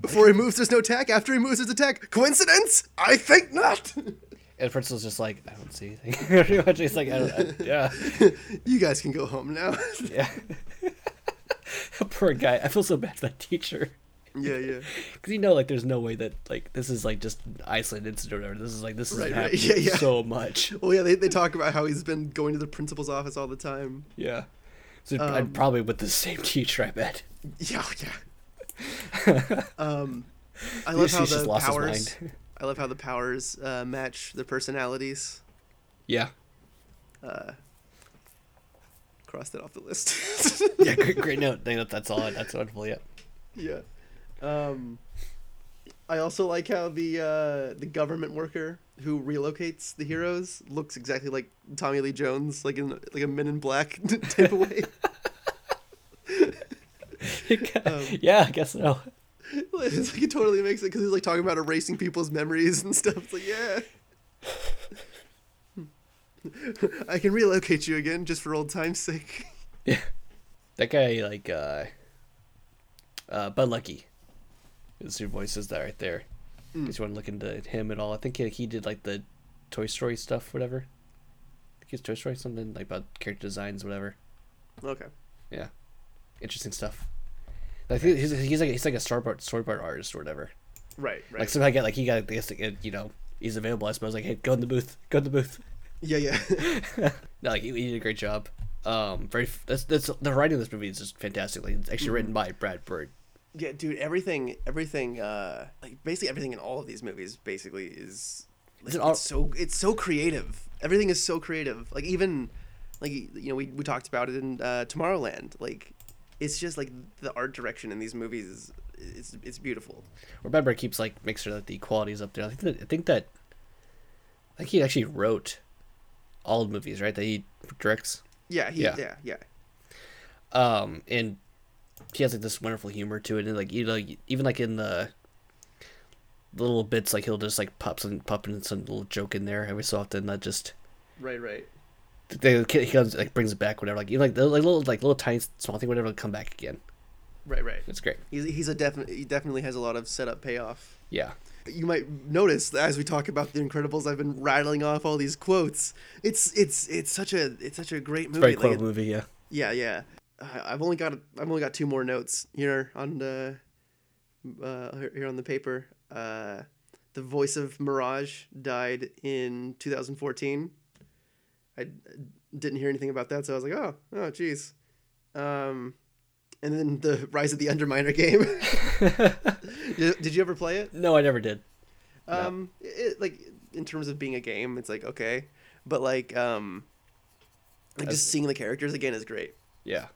Speaker 1: Before he moves, there's no tack. After he moves, there's a tack. Coincidence? I think not. <laughs>
Speaker 2: And Principal's just like, I don't see anything. <laughs> Pretty much, he's like, I don't, I, yeah, <laughs>
Speaker 1: you guys can go home now. <laughs>
Speaker 2: yeah. <laughs> Poor guy. I feel so bad for that teacher.
Speaker 1: yeah, yeah.
Speaker 2: Because you know, like, there's no way that, like, this is, like, just an isolated incident or whatever. This is, like, this is
Speaker 1: Right, right. <laughs>
Speaker 2: happening
Speaker 1: Yeah, yeah.
Speaker 2: so much.
Speaker 1: Well, yeah, they, they talk about how he's been going to the principal's office all the time.
Speaker 2: Yeah. So
Speaker 1: Um,
Speaker 2: I'd probably with the same <laughs> teacher, I bet.
Speaker 1: Yeah, yeah.
Speaker 2: <laughs>
Speaker 1: um, I love
Speaker 2: least
Speaker 1: how
Speaker 2: he's just
Speaker 1: the
Speaker 2: lost his
Speaker 1: powers.
Speaker 2: mind.
Speaker 1: I love how the powers uh, match the personalities. <laughs>
Speaker 2: Yeah.
Speaker 1: Crossed it off the list.
Speaker 2: <laughs> Yeah, great, great note. Dang, that- That's all. I- That's wonderful.
Speaker 1: <laughs>
Speaker 2: Yeah. <laughs>
Speaker 1: yeah. Um, I also like how the uh, the government worker who relocates the heroes looks exactly like Tommy Lee Jones, like in like a Men in Black <laughs> type of way. Um,
Speaker 2: yeah, I guess so.
Speaker 1: it's like it totally makes it because he's like talking about erasing people's memories and stuff. It's like <laughs> yeah. I can relocate you again just for old time's sake. <laughs>
Speaker 2: Yeah. That guy, like, uh, uh, Bud Lucky is who voices that right there. If
Speaker 1: Mm.
Speaker 2: you want to look into him at all, I think he, he did, like, the Toy Story stuff, whatever. I think it's Toy Story, something, like, about character designs, whatever.
Speaker 1: Okay.
Speaker 2: Yeah. Interesting stuff. Like, he- he's, he's like he's like a storyboard storyboard artist or whatever.
Speaker 1: Right. Right.
Speaker 2: Like somehow I get like he got I guess like, you know he's available. I suppose like hey go in the booth go in the booth. <laughs>
Speaker 1: yeah. Yeah. <laughs>
Speaker 2: No, like, he, he did a great job. Um, very f- that's that's the writing of this movie is just fantastic. Like, it's actually written by Brad Bird.
Speaker 1: Yeah, dude, everything, everything, uh, like basically everything in all of these movies basically is, like,
Speaker 2: it all-
Speaker 1: it's so it's so creative. Everything is so creative. Like even, like you know, we we talked about it in uh, Tomorrowland. Like, it's just like the art direction in these movies is it's it's beautiful.
Speaker 2: Where Brad Bird keeps like makes sure that the quality is up there. I think that I think that I think he actually wrote all the movies right that he directs.
Speaker 1: Yeah, he, yeah,
Speaker 2: Yeah.
Speaker 1: yeah, yeah,
Speaker 2: um and he has like this wonderful humor to it and like you know even like in the little bits like he'll just like pop some pop in some little joke in there every so often that just
Speaker 1: Right, right.
Speaker 2: they, he comes like brings it back whatever like you know, like the like, little like little tiny small thing whatever will come back again
Speaker 1: Right, right.
Speaker 2: it's great
Speaker 1: He's he's a definite. He definitely has a lot of setup payoff.
Speaker 2: yeah
Speaker 1: you might notice that as we talk about the Incredibles, I've been rattling off all these quotes. It's it's it's such a it's such a great movie.
Speaker 2: very
Speaker 1: Like,
Speaker 2: cool
Speaker 1: it-
Speaker 2: movie yeah
Speaker 1: Yeah, yeah. I- I've only got I've only got two more notes here on the uh, here- here on the paper. Uh, the voice of Mirage died in 2014. I d- didn't hear anything about that, so I was like, oh, oh, jeez. Um, and then the Rise of the Underminer game. <laughs> did, did you ever play it?
Speaker 2: no I never did
Speaker 1: Um, it, like in terms of being a game, it's like okay, but like um, like just seeing the characters again is great.
Speaker 2: yeah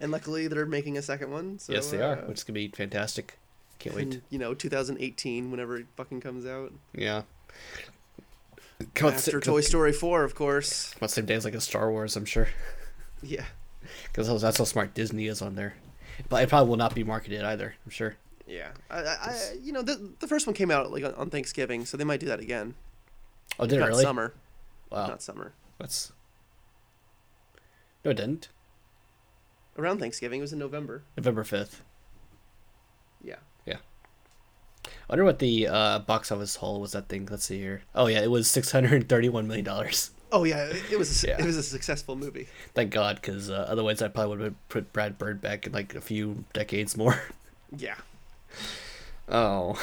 Speaker 1: And luckily, they're making a second one. So,
Speaker 2: yes they are
Speaker 1: uh,
Speaker 2: which is gonna be fantastic can't
Speaker 1: in,
Speaker 2: wait
Speaker 1: you know, 2018, whenever it fucking comes out.
Speaker 2: yeah come out the sa-
Speaker 1: Hmm. After
Speaker 2: come-
Speaker 1: Toy Story 4, of course.
Speaker 2: come out the same day as like a Star Wars I'm sure.
Speaker 1: Yeah.
Speaker 2: because that's how smart Disney is on there. But it probably will not be marketed either. I'm sure.
Speaker 1: Yeah, I, I, I you know the, the first one came out like on- on Thanksgiving, so they might do that again.
Speaker 2: Oh, did it
Speaker 1: Not
Speaker 2: really?
Speaker 1: summer,
Speaker 2: Wow,
Speaker 1: not summer.
Speaker 2: that's no, it didn't.
Speaker 1: Around Thanksgiving, it was in November.
Speaker 2: November fifth.
Speaker 1: Yeah,
Speaker 2: Yeah. I wonder what the uh, box office haul was that thing. Let's see here. Oh yeah, it was six hundred thirty-one million dollars. <laughs>
Speaker 1: Oh yeah, it, it was a,
Speaker 2: Yeah.
Speaker 1: it was a successful movie.
Speaker 2: Thank God, because uh, otherwise I probably would have put Brad Bird back in like a few decades more. <laughs>
Speaker 1: Yeah,
Speaker 2: Oh,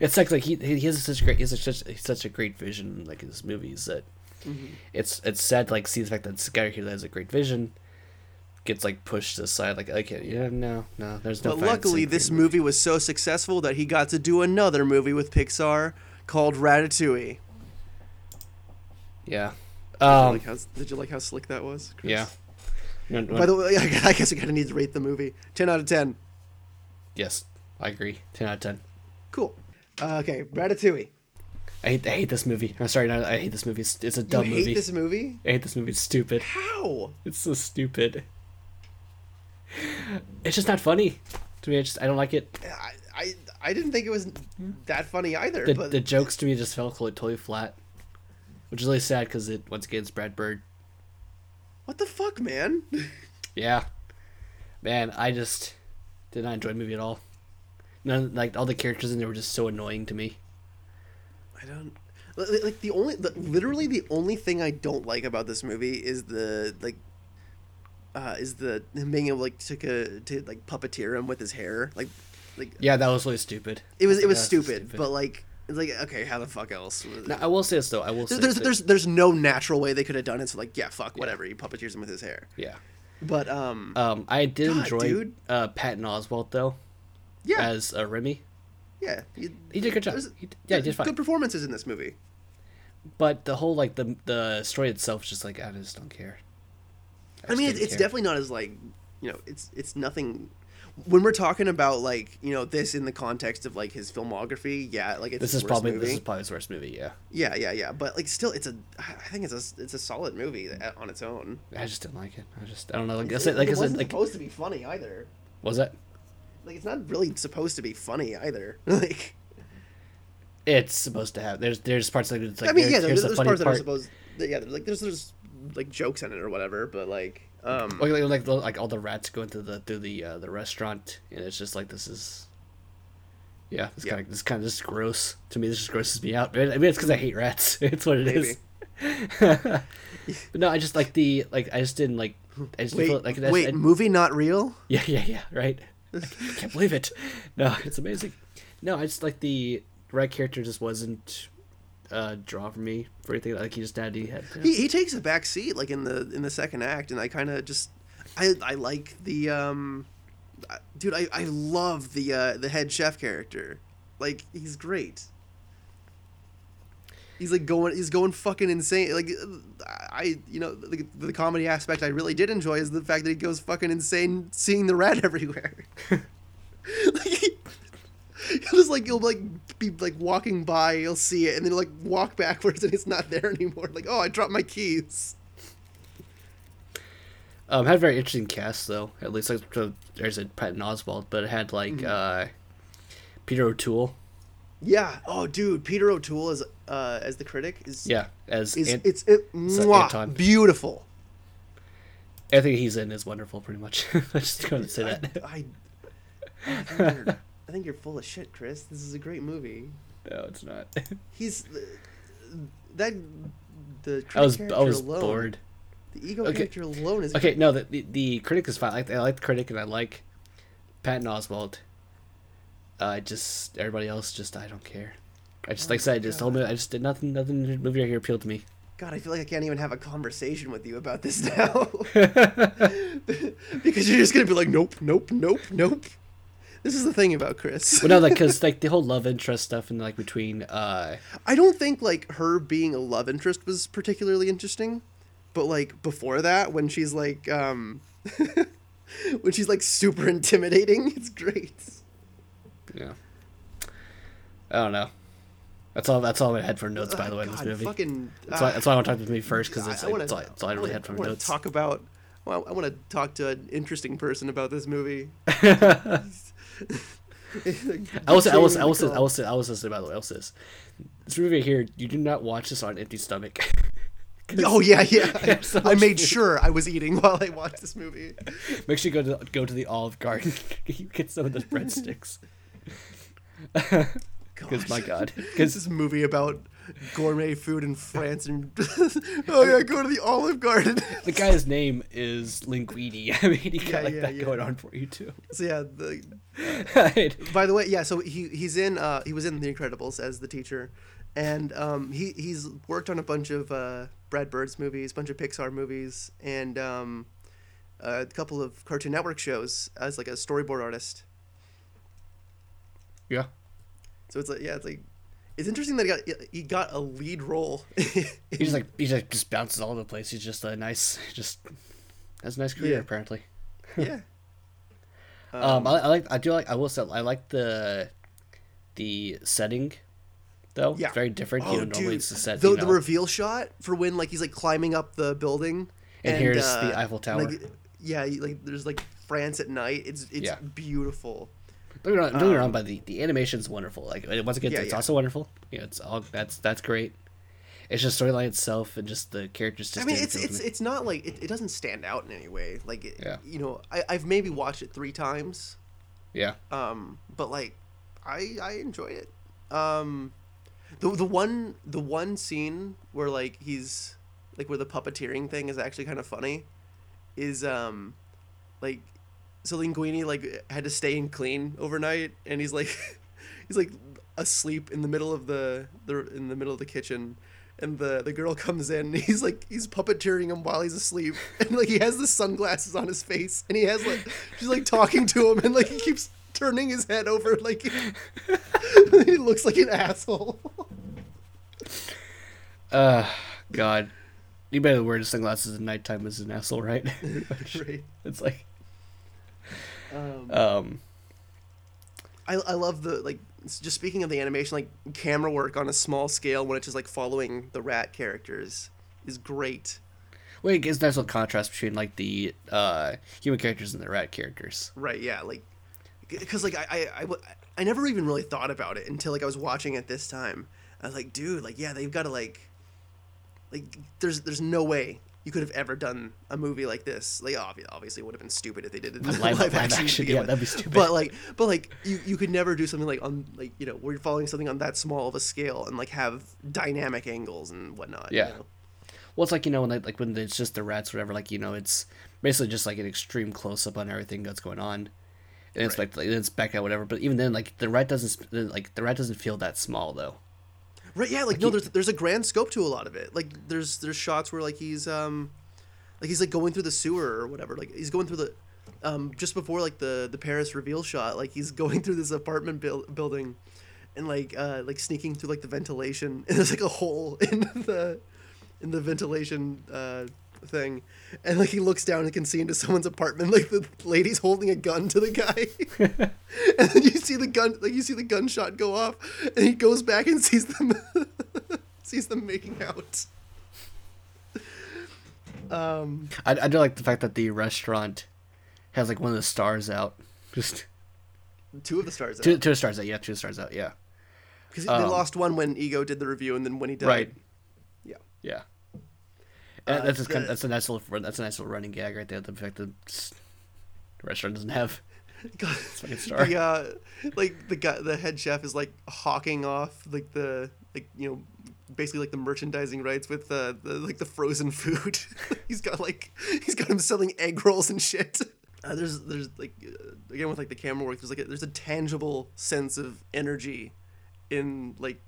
Speaker 2: it's like like he he has such great he has such he has such a great vision like in his movies that
Speaker 1: Mm-hmm.
Speaker 2: it's it's sad to, like see the fact that this guy here that has a great vision gets like pushed aside like okay yeah no no there's no.
Speaker 1: but
Speaker 2: financing
Speaker 1: luckily
Speaker 2: for
Speaker 1: this
Speaker 2: your
Speaker 1: movie was so successful that he got to do another movie with Pixar called Ratatouille.
Speaker 2: yeah.
Speaker 1: Did you
Speaker 2: Um,
Speaker 1: like how, did you like how slick that was? Chris?
Speaker 2: yeah. No, no,
Speaker 1: By the way, <laughs> I guess we kind of need to rate the movie. Ten out of ten.
Speaker 2: yes, I agree. Ten out of ten.
Speaker 1: Cool. Uh, okay, Ratatouille.
Speaker 2: I hate I hate this movie. I'm sorry. No, I hate this movie. It's, it's a
Speaker 1: You
Speaker 2: dumb
Speaker 1: hate
Speaker 2: movie.
Speaker 1: this movie?
Speaker 2: I hate this movie. It's stupid.
Speaker 1: How?
Speaker 2: It's so stupid. It's just not funny. To me, I just I don't like it.
Speaker 1: I, I I didn't think it was that funny either.
Speaker 2: The,
Speaker 1: but
Speaker 2: the jokes to me just fell totally flat, which is really sad because it once again it's Brad Bird.
Speaker 1: what the fuck, man?
Speaker 2: Yeah, man, I just did not enjoy the movie at all. None like all the characters in there were just so annoying to me.
Speaker 1: I don't li- li- like the only the, literally the only thing I don't like about this movie is the like uh is the him being able like to co- to like puppeteer him with his hair like like
Speaker 2: Yeah, that was really stupid.
Speaker 1: it was it was
Speaker 2: Yeah,
Speaker 1: stupid, but like it's like okay how the fuck else
Speaker 2: Now, I will say this though. I will say
Speaker 1: There- there's
Speaker 2: that-
Speaker 1: there's there's no natural way they could have done it so like yeah fuck whatever he puppeteers him with his hair
Speaker 2: yeah.
Speaker 1: but um
Speaker 2: Um, I did
Speaker 1: God,
Speaker 2: enjoy
Speaker 1: dude.
Speaker 2: uh Patton Oswalt though
Speaker 1: yeah
Speaker 2: as uh, Remy.
Speaker 1: yeah you,
Speaker 2: He did a good job.
Speaker 1: there's-
Speaker 2: He d- yeah, he did
Speaker 1: there's
Speaker 2: fine.
Speaker 1: good performances in this movie
Speaker 2: But the whole like the the story itself is just like I just don't care.
Speaker 1: I
Speaker 2: just
Speaker 1: mean, it's,
Speaker 2: didn't
Speaker 1: it's
Speaker 2: care.
Speaker 1: definitely not as like, you know, it's it's nothing. When we're talking about like you know this in the context of like his filmography, yeah, like it's
Speaker 2: This
Speaker 1: his
Speaker 2: is
Speaker 1: worst
Speaker 2: probably
Speaker 1: movie.
Speaker 2: this is probably his worst movie. Yeah,
Speaker 1: yeah, yeah, yeah. But like still, it's a I think it's a it's a solid movie a- on its own.
Speaker 2: I just didn't like it. I just I don't know. Like I said, like I
Speaker 1: it
Speaker 2: said,
Speaker 1: wasn't
Speaker 2: like
Speaker 1: supposed to be funny either.
Speaker 2: was that?
Speaker 1: Like it's not really supposed to be funny either. <laughs> Like
Speaker 2: It's supposed to have. There's there's parts like it's like
Speaker 1: I mean,
Speaker 2: here's,
Speaker 1: yeah, there's,
Speaker 2: here's the
Speaker 1: there's
Speaker 2: funny
Speaker 1: parts
Speaker 2: part.
Speaker 1: that are supposed. Yeah, there's, like there's there's like jokes in it or whatever, but like um
Speaker 2: like, like, like, the- like all the rats go into the through the uh, the restaurant, and it's just like this is. Yeah, it's
Speaker 1: Yeah.
Speaker 2: kind of this kind of just gross to me. This just grosses me out. I mean, it's because I hate rats. <laughs> It's what it is. But no, I just like the like I just didn't like. I just didn't
Speaker 1: wait
Speaker 2: feel like that's-
Speaker 1: wait
Speaker 2: I-
Speaker 1: movie not real.
Speaker 2: Yeah, yeah, yeah. Right.
Speaker 1: <laughs>
Speaker 2: I c- I can't believe it. No, it's amazing. No, I just like the right character just wasn't uh draw for me for anything. Like he just had he had.
Speaker 1: he, he takes a back seat like in the in the second act and i kind of just i i like the um I- dude i i love the uh the head chef character like he's great he's like going he's going fucking insane like i you know the, the comedy aspect i really did enjoy is the fact that he goes fucking insane seeing the rat <laughs> everywhere like he, he'll <laughs> just like he'll like be like walking by, you'll see it, and then he'll like walk <laughs> backwards, and it's not there anymore. Like, oh, I dropped my keys.
Speaker 2: Um, had a very interesting cast though. At least like so there's a Patton Oswald, but it had like
Speaker 1: Mm-hmm.
Speaker 2: uh, Peter O'Toole.
Speaker 1: Yeah. Oh, dude, Peter O'Toole as uh as the critic is
Speaker 2: Yeah, as
Speaker 1: is
Speaker 2: Ant-
Speaker 1: it's it,
Speaker 2: like
Speaker 1: mwah,
Speaker 2: Anton.
Speaker 1: beautiful.
Speaker 2: everything he's in is wonderful, pretty much. <laughs> I just going to say
Speaker 1: I, <laughs>
Speaker 2: that.
Speaker 1: I, I think you're- I think you're full of shit, Chris. This is a great movie.
Speaker 2: no, it's not.
Speaker 1: He's uh, that the critic
Speaker 2: I was
Speaker 1: character
Speaker 2: I was
Speaker 1: alone,
Speaker 2: bored.
Speaker 1: The ego
Speaker 2: Okay.
Speaker 1: character alone is
Speaker 2: Okay, no, the the, the critic is fine. I like, I like the critic, and I like Patton Oswald. Uh, just everybody else, just I don't care. I just
Speaker 1: Oh
Speaker 2: like I said, I just told me I just did nothing. Nothing in the movie right here appealed to me.
Speaker 1: God, I feel like I can't even have a conversation with you about this
Speaker 2: <laughs>
Speaker 1: now. because you're just going to be like, nope, nope, nope, nope. This is the thing about Chris.
Speaker 2: But no, like
Speaker 1: <laughs>
Speaker 2: because like the whole love interest stuff and like between uh
Speaker 1: I don't think, like, her being a love interest was particularly interesting. But, like, before that, when she's, like, um... <laughs> when she's, like, super intimidating, it's great.
Speaker 2: Yeah. I don't know. That's all. That's all I had for notes. By the way, in this
Speaker 1: God,
Speaker 2: movie.
Speaker 1: fucking...
Speaker 2: that's, why,
Speaker 1: ah,
Speaker 2: that's why I want to talk to me first because it's,
Speaker 1: I wanna-
Speaker 2: it's all, it's all I really
Speaker 1: wanna-
Speaker 2: had for
Speaker 1: wanna
Speaker 2: notes.
Speaker 1: talk about... well, I want to talk to an interesting person about this
Speaker 2: <laughs>
Speaker 1: movie. <laughs>
Speaker 2: I will say, I will say, I will say, I will say, I will say, by the way, I will say this. This movie right here, you do not watch this on an empty stomach. <laughs> 'Cause-
Speaker 1: Oh yeah, yeah.
Speaker 2: <laughs> Yeah, so
Speaker 1: I made
Speaker 2: true.
Speaker 1: sure I was eating while I watched this
Speaker 2: <laughs>
Speaker 1: movie.
Speaker 2: Make sure you go to go to the Olive Garden. <laughs> you get some of
Speaker 1: <laughs>
Speaker 2: those breadsticks. Because my
Speaker 1: Gosh.
Speaker 2: God,
Speaker 1: It's
Speaker 2: because
Speaker 1: Oh, <laughs> this movie about gourmet food in France and <laughs> oh yeah, go to the Olive Garden. <laughs>
Speaker 2: the guy's name is Linguini. <laughs> I mean, he got
Speaker 1: Yeah,
Speaker 2: like
Speaker 1: yeah,
Speaker 2: that
Speaker 1: yeah.
Speaker 2: going on for
Speaker 1: <laughs>
Speaker 2: you too. <laughs>
Speaker 1: so yeah, the,
Speaker 2: Right.
Speaker 1: by the way, yeah. So he he's in uh, he was in The Incredibles as the teacher, and um, he he's worked on a bunch of uh, Brad Bird's movies, bunch of Pixar movies, and um, a couple of Cartoon Network shows as like a storyboard artist.
Speaker 2: yeah.
Speaker 1: So it's like yeah, it's like it's interesting that he got he got a lead role. <laughs>
Speaker 2: He's like he's like just bounces all over the place. He's just a nice just has a nice career
Speaker 1: Yeah.
Speaker 2: apparently.
Speaker 1: yeah.
Speaker 2: Um, I, I like I do like I will say I like the the setting though.
Speaker 1: Yeah. Oh,
Speaker 2: It's very different. you know, normally
Speaker 1: dude.
Speaker 2: it's the set.
Speaker 1: The,
Speaker 2: you
Speaker 1: the
Speaker 2: know.
Speaker 1: reveal shot for when like he's like climbing up the building. uh,
Speaker 2: And here's the Eiffel
Speaker 1: like,
Speaker 2: Tower.
Speaker 1: yeah, you- like there's like France at night. It's it's
Speaker 2: Yeah.
Speaker 1: beautiful.
Speaker 2: Don't get me wrong, don't get me wrong, but the, the animation's wonderful. Like it- once
Speaker 1: Um,
Speaker 2: again,
Speaker 1: Yeah,
Speaker 2: it's
Speaker 1: yeah.
Speaker 2: also wonderful. You know, it's all that's that's great. It's just storyline itself and just the characters. Just
Speaker 1: I mean,
Speaker 2: stand
Speaker 1: it's
Speaker 2: out to
Speaker 1: it's
Speaker 2: me.
Speaker 1: it's not like it, it doesn't stand out in any way. Like it,
Speaker 2: Yeah.
Speaker 1: you know, I, I've maybe watched it three times,
Speaker 2: yeah.
Speaker 1: um, but like I I enjoy it. Um, the the one the one scene where like he's like where the puppeteering thing is actually kind of funny, is um, like so Linguini like had to stay and clean overnight, and he's like <laughs> he's like asleep in the middle of the, the in the middle of the kitchen. And the, the girl comes in. And he's like he's puppeteering him while he's asleep, <laughs> and like he has the sunglasses on his face, and he has like she's like talking to him, and like he keeps turning his head over, like <laughs> he, he looks like an asshole. <laughs>
Speaker 2: Uh, God, anybody that wears sunglasses at nighttime is an asshole, right? <laughs>
Speaker 1: right.
Speaker 2: it's like
Speaker 1: <laughs> Um,
Speaker 2: um.
Speaker 1: I, I love the like s- just speaking of the animation like camera work on a small scale when it's just like following the rat characters is great
Speaker 2: Well, it gives nice little contrast between like the uh, human characters and the rat characters.
Speaker 1: right yeah like because like I, I, I w- I never even really thought about it until like i was watching it this time i was like dude like yeah they've got to like like there's there's no way you could have ever done a movie like this like obvi- obviously it would have been stupid if they did it in live,
Speaker 2: <laughs> live
Speaker 1: action, to
Speaker 2: action,
Speaker 1: begin
Speaker 2: yeah,
Speaker 1: with.
Speaker 2: that'd be stupid.
Speaker 1: but like but like you, you could never do something like on like you know where you're following something on that small of a scale and like have dynamic angles and whatnot you
Speaker 2: Yeah.
Speaker 1: know?
Speaker 2: Well, it's like you know when they, like when it's just the rats, whatever. Like you know, it's basically just like an extreme close up on everything that's going on, and it's
Speaker 1: Right.
Speaker 2: like, like then it's back out whatever. But even then, like the rat doesn't sp- the- like the rat doesn't feel that small though.
Speaker 1: Right. Yeah. Like, no, there's there's a grand scope to a lot of it. Like there's there's shots where like he's um, like he's like going through the sewer or whatever. Like he's going through the, um, just before like the the Paris reveal shot. Like he's <laughs> going through this apartment buil- building, and like uh like sneaking through like the ventilation <laughs> and there's like a hole in the, in the ventilation uh thing, and like he looks down and can see into someone's apartment. <laughs> Like the lady's holding a gun to the guy. <laughs> and then you see the gun like you see the gunshot go off and he goes back and <laughs> sees them sees them making out um
Speaker 2: I, I do like the fact that the restaurant has like one of the stars out, just
Speaker 1: two of the stars
Speaker 2: <laughs> two two stars out. Yeah, two stars out. Yeah,
Speaker 1: because they lost one when ego did the review and then when he died
Speaker 2: right.
Speaker 1: yeah
Speaker 2: Yeah, And that's just kind of,
Speaker 1: the-
Speaker 2: that's a nice little run- that's a nice little running gag right there. The fact that s- the restaurant doesn't have
Speaker 1: God,
Speaker 2: fucking star.
Speaker 1: the, uh, like the guy the head chef is like hawking off like the like you know basically like the merchandising rights with uh, the like the frozen food <laughs> he's got like he's got him selling egg rolls and shit uh, there's there's like uh, again with like the camera work there's like a, there's a tangible sense of energy in like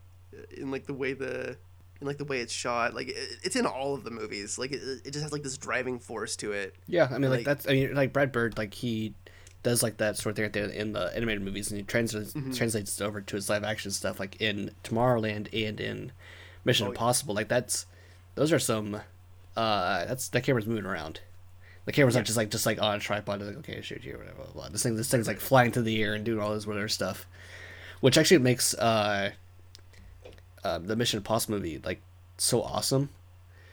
Speaker 1: in like the way the in like the way it's shot like it, it's in all of the movies like it, it just has like this driving force to it
Speaker 2: Yeah, I mean, like,
Speaker 1: Like-
Speaker 2: that's I mean, like Brad Bird, like he does like that sort of thing right there in the animated movies, and he translates translates it over to his live action stuff, like in Tomorrowland and in Mission Impossible. Like that's those are some uh that's that camera's moving around. The camera's not just like just like on a tripod, like okay, shoot here, whatever, blah, blah. This thing, this thing's like flying through the air and doing all this whatever stuff, which actually makes uh, um, uh the Mission Impossible movie like so awesome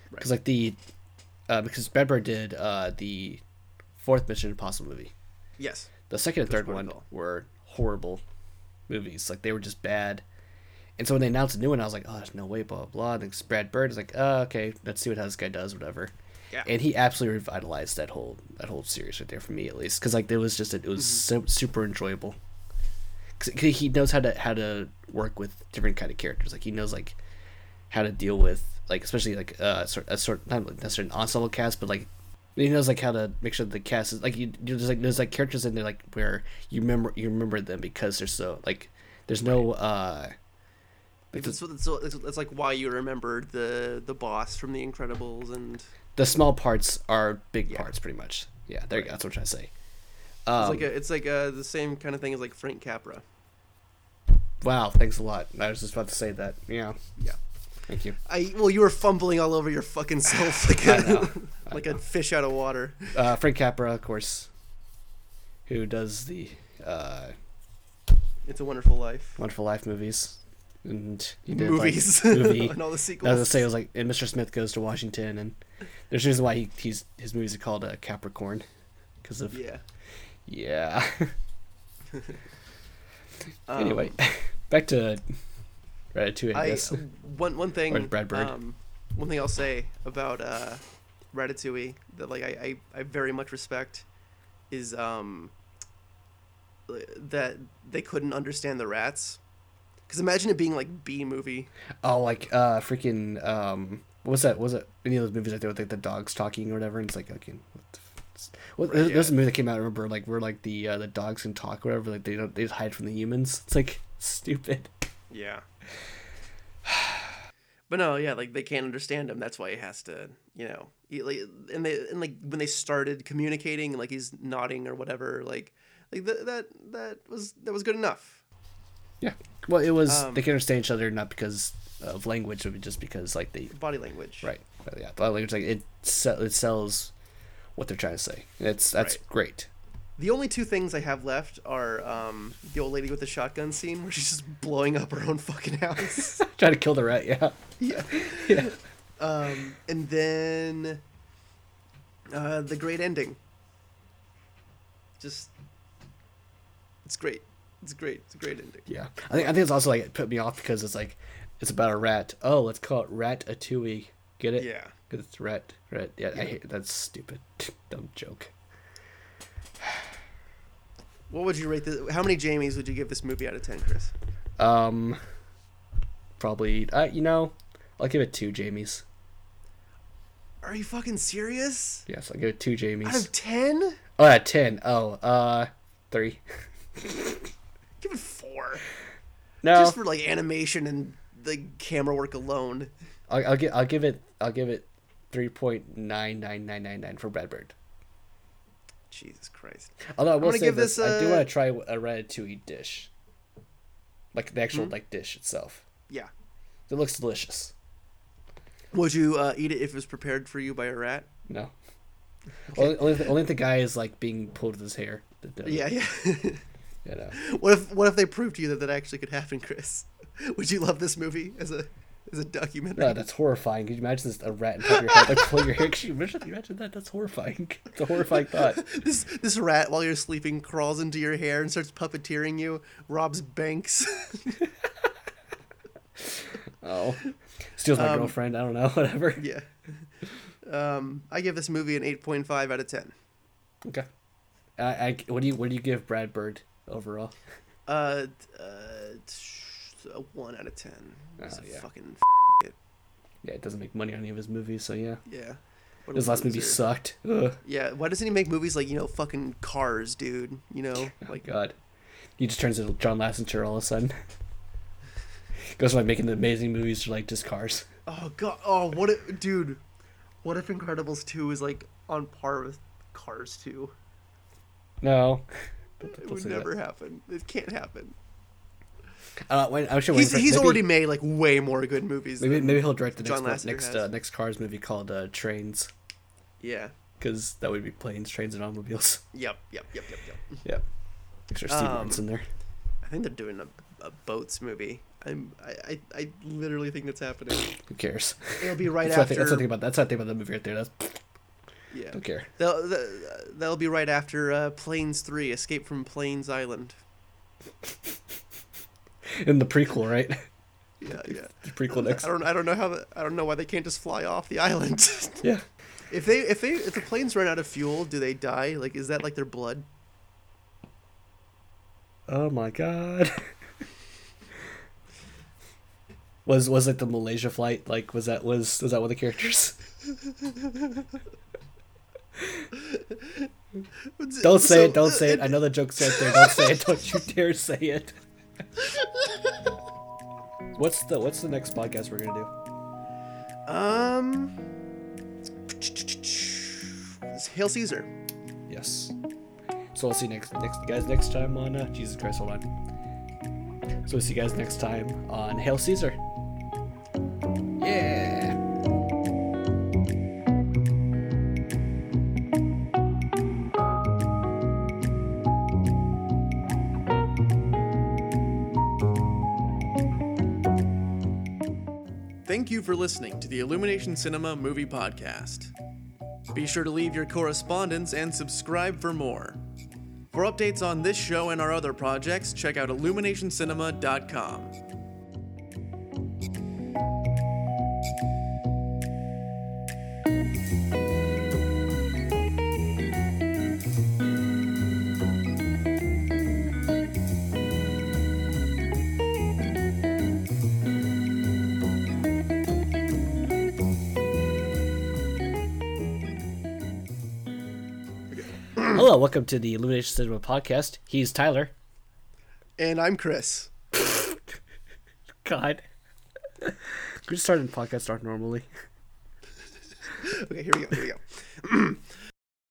Speaker 2: because like the uh, because Brad Bird did uh, the fourth Mission Impossible movie.
Speaker 1: Yes.
Speaker 2: The second and third
Speaker 1: Ghost
Speaker 2: one
Speaker 1: Protocol.
Speaker 2: were horrible movies. Like they were just bad. And so when they announced a new one, I was like, "Oh, there's no way!" Blah blah. blah. And then Brad Bird is like, uh, "Okay, let's see what how this guy does, whatever."
Speaker 1: Yeah.
Speaker 2: And he absolutely revitalized that whole that whole series right there for me at least, because like there was just a, it was so, super enjoyable. 'Cause he- he knows how to how to work with different kind of characters. Like he knows like how to deal with like especially like uh sort a sort not necessarily an ensemble cast, but like he knows like how to make sure the cast is like you you just like there's like characters in there like where you remember you remember them because they're so like there's no uh
Speaker 1: Like, that's, that's, that's, that's like why you remembered the the boss from The Incredibles and
Speaker 2: the small parts are big parts pretty much. Yeah, there you go. That's what I'm trying to say. Um,
Speaker 1: it's like a, it's like uh the same kind of thing as like Frank Capra.
Speaker 2: Wow, thanks a lot. I was just about to say that. Yeah,
Speaker 1: Yeah.
Speaker 2: thank you.
Speaker 1: I well, you were fumbling all over your
Speaker 2: <laughs>
Speaker 1: fucking self like a, <laughs>
Speaker 2: know,
Speaker 1: like a fish out of water.
Speaker 2: Uh, Frank Capra, of course, who does the uh,
Speaker 1: It's a Wonderful Life.
Speaker 2: Wonderful Life movies and he did, like,
Speaker 1: Movies
Speaker 2: <laughs>
Speaker 1: <laughs>
Speaker 2: movie.
Speaker 1: and all the
Speaker 2: I was gonna
Speaker 1: sequels.
Speaker 2: say it was like, and Mr. Smith goes to Washington, and there's a reason why he, he's his movies are called uh, Capricorn, because of
Speaker 1: yeah.
Speaker 2: yeah. <laughs>
Speaker 1: Um,
Speaker 2: anyway, <laughs> back to Ratatouille. I,
Speaker 1: I
Speaker 2: guess.
Speaker 1: one one thing.
Speaker 2: Or Brad Bird.
Speaker 1: Um, one thing I'll say about uh, Ratatouille that like I, I, I very much respect is um that they couldn't understand the rats. Because imagine it being like B movie.
Speaker 2: Oh, like uh, freaking um, what was that? What was it any of those movies out there with like the dogs talking or whatever? And it's like okay, what the. f- it's- Well, there's, there's a movie that came out. I remember, like where like the uh, the dogs can talk, or whatever. Like they don't, they just hide from the humans. It's like <laughs> stupid.
Speaker 1: Yeah. <sighs> But no, yeah, like they can't understand him. That's why he has to, you know, he, like, and they and like when they started communicating, like he's nodding or whatever, like like th- that that was that was good enough.
Speaker 2: Yeah. Well, it was
Speaker 1: Um,
Speaker 2: they can understand each other not because of language, but just because like they
Speaker 1: Body language.
Speaker 2: right. But, yeah, body language like it sell, it sells what they're trying to say. And It's that's
Speaker 1: Right.
Speaker 2: great. <laughs>
Speaker 1: The only two things I have left are um, the old lady with the shotgun scene where she's just blowing up her own fucking <laughs> house.
Speaker 2: Trying to kill the rat. Yeah.
Speaker 1: yeah.
Speaker 2: Yeah.
Speaker 1: Um, and then uh, the great ending. Just, it's great. It's great. It's a great ending.
Speaker 2: Yeah. I think I think it's also like it put me off because it's like it's about a rat. Oh, let's call it rat a tui. Get it?
Speaker 1: Yeah.
Speaker 2: Because it's rat rat. Yeah. I hate that's stupid. <laughs> Dumb joke.
Speaker 1: What would you rate this? How many Jamies would you give this movie out of ten, Chris?
Speaker 2: Um. Probably. Uh. You know. I'll give it two Jamies.
Speaker 1: Are you fucking serious?
Speaker 2: Yes, I'll give it two
Speaker 1: Out
Speaker 2: Jamies.
Speaker 1: of ten?
Speaker 2: Oh, yeah, ten. Oh, uh, three. <laughs>
Speaker 1: Give it four.
Speaker 2: No,
Speaker 1: Just for like animation and the camera work alone.
Speaker 2: I'll, I'll give I'll give it I'll give it three point nine nine nine nine nine for Bradbird.
Speaker 1: Jesus Christ.
Speaker 2: Although I will
Speaker 1: gonna
Speaker 2: say
Speaker 1: give
Speaker 2: this,
Speaker 1: this,
Speaker 2: I do
Speaker 1: uh,
Speaker 2: want to try a ratatouille dish, like the actual like dish itself.
Speaker 1: Yeah.
Speaker 2: It looks delicious.
Speaker 1: Would you uh, eat it if it was prepared for you by a rat?
Speaker 2: No, only only, the, only if the guy is like being pulled with his hair. that does it,
Speaker 1: Yeah, yeah.
Speaker 2: you know.
Speaker 1: <laughs> what if what if they proved to you that that actually could happen, Chris? <laughs> Would you love this movie as a as a documentary?
Speaker 2: No, that's horrifying. Could you imagine this, a rat on top of your head, like pull your hair? <laughs> Could you imagine, you imagine that? That's horrifying. <laughs> It's a horrifying thought.
Speaker 1: This this rat while you're sleeping crawls into your hair and starts puppeteering you, robs banks. <laughs>
Speaker 2: Oh, steals my girlfriend. I don't know. <laughs> Whatever.
Speaker 1: Um, yeah. Um, I give this movie an 8.5 out of 10.
Speaker 2: Okay. I, I, what do you what do you give Brad Bird overall?
Speaker 1: Uh, uh, t- a 1 out of 10. It's
Speaker 2: Oh,
Speaker 1: a
Speaker 2: yeah.
Speaker 1: fucking f- it.
Speaker 2: Yeah, it doesn't make money on any of his movies, so yeah.
Speaker 1: Yeah. What a
Speaker 2: His last movie
Speaker 1: loser.
Speaker 2: sucked. Ugh. Oh
Speaker 1: Yeah, why doesn't he make movies like, you know, fucking Cars, dude? You
Speaker 2: <laughs>
Speaker 1: know,
Speaker 2: My
Speaker 1: like
Speaker 2: God, he just turns into John Lasseter all of a sudden. <laughs> Goes from like making the amazing movies to like just cars.
Speaker 1: Oh god! Oh, what, if, dude? What if Incredibles two is like on par with Cars two?
Speaker 2: No. Don't- don't
Speaker 1: It would
Speaker 2: say that.
Speaker 1: never happen. It can't happen.
Speaker 2: Uh, wait, I'm sure.
Speaker 1: He's
Speaker 2: waiting for-
Speaker 1: he's
Speaker 2: maybe-
Speaker 1: already made like way more good movies.
Speaker 2: Maybe
Speaker 1: than-
Speaker 2: maybe he'll direct the next
Speaker 1: John
Speaker 2: one,
Speaker 1: Lasseter
Speaker 2: next
Speaker 1: has.
Speaker 2: uh, next Cars movie called uh, Trains,
Speaker 1: yeah.
Speaker 2: because that would be planes, trains, and
Speaker 1: <laughs>
Speaker 2: automobiles.
Speaker 1: Yep. Yep. Yep. Yep. Yep.
Speaker 2: Yep. Extra Steve
Speaker 1: Um,
Speaker 2: Martin's in there.
Speaker 1: I think they're doing a, a boats movie. I'm I, I I literally think that's happening.
Speaker 2: Who cares?
Speaker 1: It'll be right
Speaker 2: that's What I think, that's what I
Speaker 1: after.
Speaker 2: think about. That's what I think about that movie right there. That's
Speaker 1: Yeah.
Speaker 2: Don't care.
Speaker 1: They'll, th- that'll be right after uh, Planes 3, Escape from Planes Island.
Speaker 2: In the prequel, right? <laughs>
Speaker 1: Yeah, yeah.
Speaker 2: The prequel next.
Speaker 1: I don't, I don't know how, the, I don't know why they can't just fly off the island. <laughs>
Speaker 2: Yeah.
Speaker 1: if they, if they, if the planes run out of fuel, do they die? Like, is that like their blood?
Speaker 2: Oh my god. <laughs> was was like the Malaysia flight? Like was that was was that one of the characters? Don't say it. Don't say it. I know the joke's right there. Don't say it. Don't you dare say it. What's the What's the next podcast we're gonna do?
Speaker 1: Um. Hail Caesar.
Speaker 2: Yes. So we'll see you next next guys next time on uh, Jesus Christ. Hold on. So we'll see you guys next time on Hail Caesar. Yeah.
Speaker 4: Thank you for listening to the Illumination Cinema Movie Podcast. Be sure to leave your correspondence and subscribe for more. For updates on this show and our other projects, check out illuminationcinema.com.
Speaker 2: Hello, welcome to the Illumination Cinema podcast. He's Tyler.
Speaker 1: And I'm Chris.
Speaker 2: God. We're just starting podcasts off normally.
Speaker 1: Okay, here we go. Here we go.